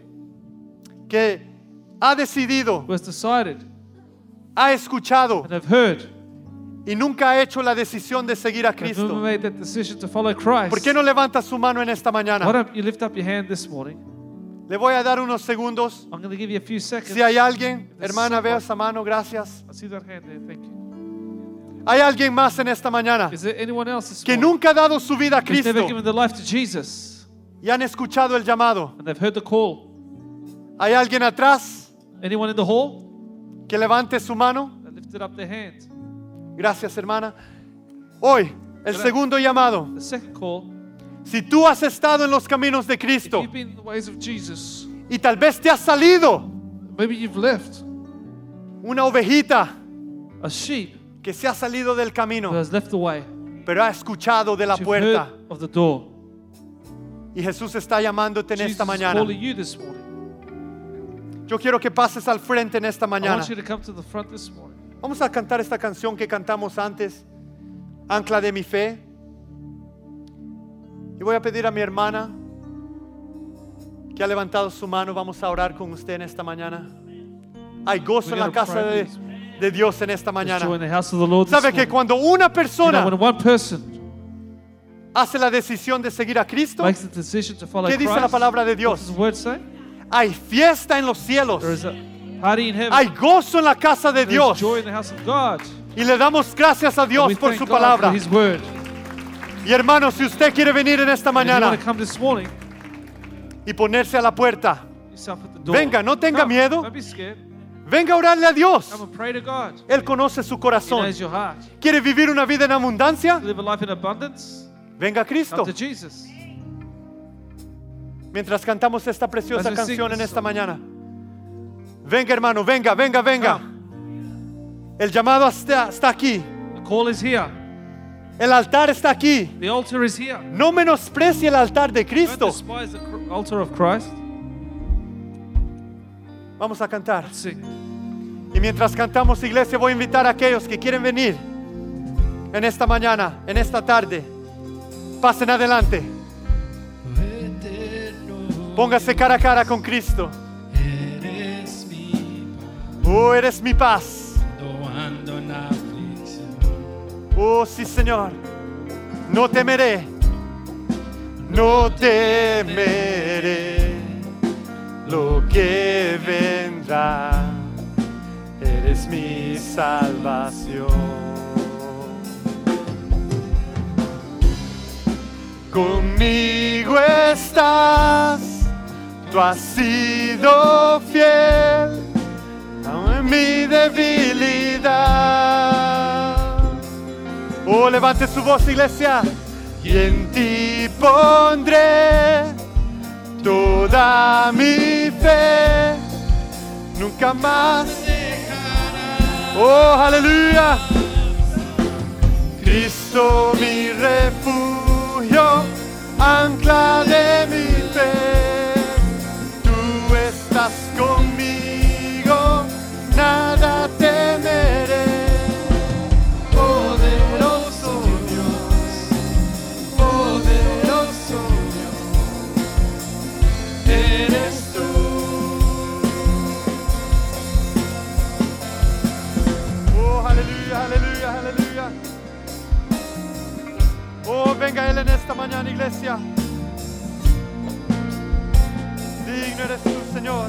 que ha decidido, who has decided ha escuchado and have heard y nunca ha hecho la decisión de seguir a and have Cristo, made that decision to follow Christ, ¿Por qué no levanta su mano en esta why mañana? don't you lift up your hand this morning? Le voy a dar unos segundos. I'm going to give you a few seconds. Si hay alguien, There's hermana, veo someone. esa mano, gracias. I see that hand there. Thank you. Hay alguien más en esta mañana Is there anyone else this que morning nunca ha dado su vida a who's never Cristo given their life to Jesus y han escuchado el llamado. and they've heard the call? ¿Hay alguien atrás Anyone in the hall que levante su mano? that lifted up their hand? Gracias, hermana. Hoy, el segundo llamado. The second call. Si tú has estado en los caminos de If Cristo you've been in the ways of Jesus, y tal vez te has salido maybe you've left una ovejita a sheep que se ha salido del who camino, has left the way. pero ha escuchado de la You've heard puerta of the door. y Jesús está llamándote en Jesus esta is mañana. calling you this morning. Yo quiero que pases al frente en esta I mañana. want you to come to the front this morning. Vamos a cantar esta canción que cantamos antes, Ancla de mi fe. Y voy a pedir a mi hermana que ha levantado su mano, vamos a orar con usted en esta mañana. Hay gozo We're en la gonna casa pray, de, de Dios en esta There's mañana. joy in the house of the Lord. this ¿Sabe que morning. cuando una You know, persona when one person hace la decisión de seguir a Cristo, makes the decision to follow ¿qué dice la Christ, palabra de what does Dios? the word say? Hay fiesta en los There is cielos. a party in heaven. Hay gozo en la casa de There is Dios. joy in the house of God. Y le damos gracias a we Dios por thank su God palabra. for His word. Y hermano, si usted quiere venir en esta And if you mañana want to come this morning, y ponerse a la puerta, yourself at the door. Venga, no tenga Come, miedo. Don't be scared. venga a orarle a Dios. Come and pray to God. Él conoce su He corazón. knows your heart. ¿Quiere vivir una vida en abundancia? Live a life in abundance. Venga a Cristo. Come to Jesus. Mientras cantamos esta preciosa As we sing canción en this esta song. mañana. Venga hermano, venga, venga, venga. El llamado está, está aquí. The call is here. El altar está aquí. The altar is here. No menosprecie el altar de Don't Cristo. despise the cr- altar of Christ. Vamos a cantar. Sing. Y mientras cantamos, iglesia, voy a invitar a aquellos que quieren venir en esta mañana, en esta tarde. Pasen adelante. Póngase cara a cara con Cristo. Eres mi Oh, eres mi paz. pando ando en aflicción. Oh, sí, Señor. No temeré. No temeré lo que vendrá. Eres mi salvación. Conmigo estás. Tú has sido fiel. Aún en mi debilidad. Oh, levante su voz, iglesia. Y en ti pondré toda mi fe. Nunca más. Oh, aleluya. Cristo mi refugio, ancla de mi fe. Tú estás conmigo, nada temeré poderoso Dios, poderoso Dios, eres tú. Oh, aleluya, aleluya, aleluya. Oh, venga Él en esta mañana, iglesia. Digno eres tú, Señor.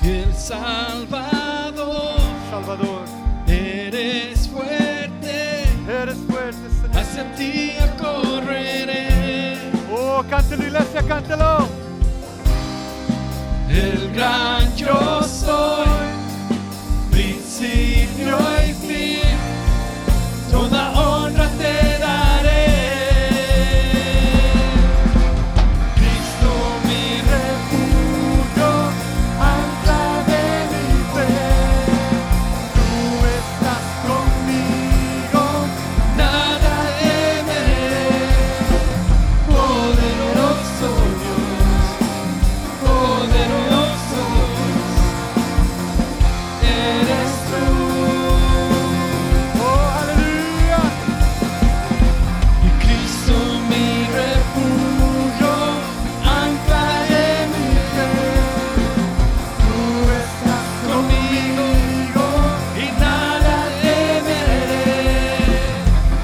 Fiel Salvador, Salvador, eres fuerte, eres fuerte, Señor. hacia ti correré. Oh, cántelo, iglesia, cántelo. El gran yo soy, principio y fin, toda honra te daré. Cristo mi refugio, ancla de mi fe. Tú estás conmigo, Nada temeré, poderoso Dios, poderoso Dios, eres tú. oh aleluya. Y Cristo mi refugio, ancla de mi fe. Tú estás conmigo y nada temeré,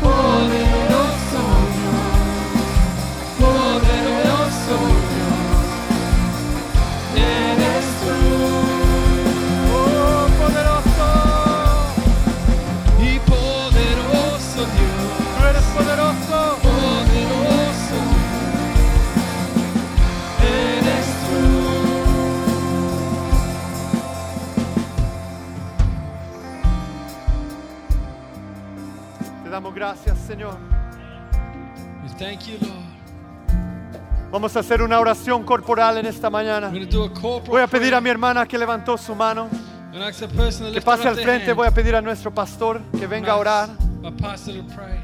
poderoso Dios, poderoso Dios, eres tú. Oh poderoso, Y poderoso Dios. tú eres poderoso. Poderoso eres tú. Te damos gracias, Señor. We thank you, Lord. Vamos a hacer una oración corporal en esta mañana. We're going to do a corporal. Voy a pedir a mi prayer. hermana que levantó su mano I'm gonna ask the person to que lift pase up al their frente. hand. Voy a pedir a nuestro pastor que venga a orar. My pastor to pray.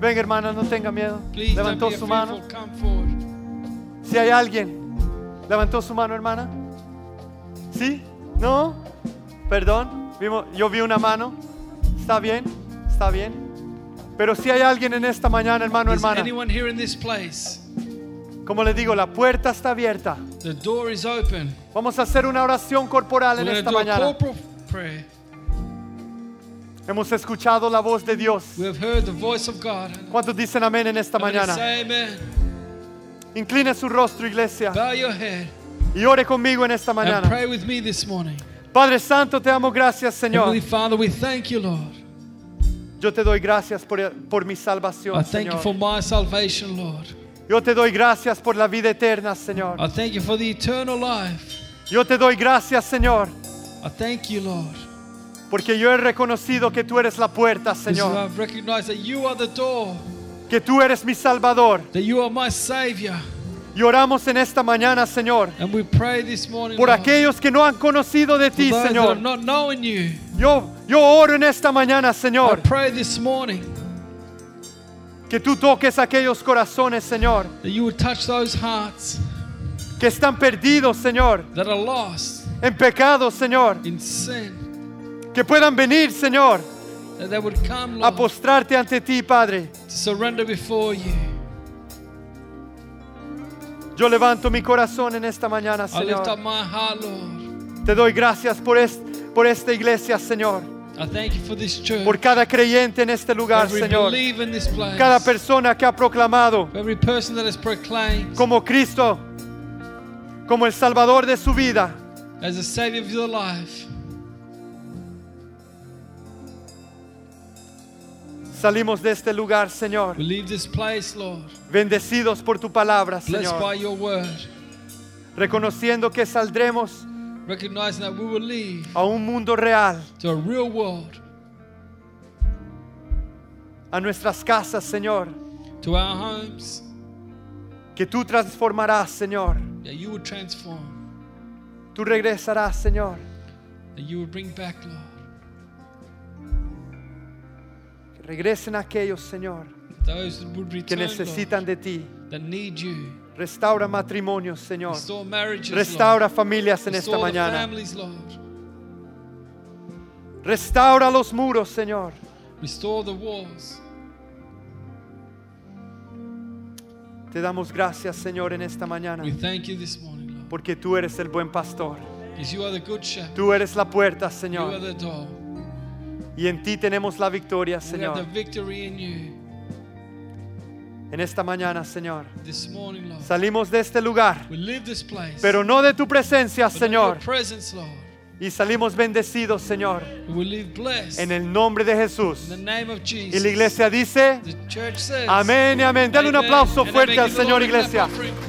Venga, hermana, no tenga miedo. Please don't Levantó be su fearful. mano. Come forward. Si hay alguien, levantó su mano, hermana. ¿Sí? ¿No? Perdón. Vimos- Yo vi una mano. ¿Está bien? ¿Está bien? Pero si hay alguien en esta mañana, hermano, Is hermana, anyone here in this place? como le digo, la puerta está abierta. The door is open. Vamos a hacer una oración corporal We're en going esta to do a mañana. corporal prayer. Hemos escuchado la voz de Dios. We have heard the voice of God. ¿Cuántos dicen amén en esta Somebody mañana? Say amen. Incline su rostro, iglesia, Bow your head y ore conmigo en esta and mañana. pray with me this morning. Padre Santo, te damos gracias, Señor. Heavenly Father, we thank you, Lord. Yo te doy gracias por, por mi I salvación, thank you Señor. for my salvation, Lord. Yo te doy gracias por la vida eterna, Señor. I thank you for the eternal life. Yo te doy gracias, Señor, I thank you, Lord. porque yo he reconocido que tú eres la puerta, Because Señor, I've recognized that you are the door, que tú eres mi Salvador. that you are my Savior. Y oramos en esta mañana, Señor, And we pray this morning, por Lord, aquellos que no han conocido de for ti, those that Señor. have not known you. Yo, yo oro en esta mañana, I Señor, pray this morning que tú toques aquellos corazones, Señor, that you would touch those hearts que están perdidos, Señor, that are lost en pecado, Señor, in sin, que puedan venir, Señor, that they would come, a Lord, postrarte ante ti, Padre. to surrender before you. Yo levanto mi corazón en esta mañana, I lift up Señor. my heart, Lord. Te doy gracias por, es- por esta iglesia, Señor, I thank you for this church, por cada creyente en este lugar, every Señor, believer in this place, cada persona que ha proclamado every person that has proclaimed como Cristo, como el Salvador de su vida. as a Savior of your life. Salimos de este lugar, Señor, We leave this place, Lord, bendecidos por tu palabra, blessed by Señor, your word, reconociendo que saldremos recognizing that we will leave a un mundo real, to a real world, a nuestras casas, Señor, to our homes, que tú transformarás, Señor. that you will transform, Tú regresarás, Señor. that you will bring back, Lord, Que regresen aquellos, Señor, those that would que return, necesitan de ti. Lord, that need you. Restaura matrimonios, Señor. Restore marriages, Lord. Restaura familias en esta Restore the mañana. families, Lord. Restaura los muros, Señor. Restore the walls. Te damos gracias, Señor, en esta mañana. We thank you this morning, Lord, Porque tú eres el buen pastor. because you are the good shepherd. Tú eres la puerta, You are Señor. the door. Y en ti tenemos la victoria, We have the Señor. victory in you. En esta mañana, Señor. This morning, Lord, Salimos de este lugar, we leave this place. pero no de tu presencia, but in your Señor. presence, Lord, Y salimos bendecidos, Señor. we will leave blessed. En el nombre de In Jesús. the name of Y Jesus. la iglesia dice, The church says, amén y amén. Dale un Amen. aplauso And I fuerte make al you the Señor, Lord a clap iglesia. offering.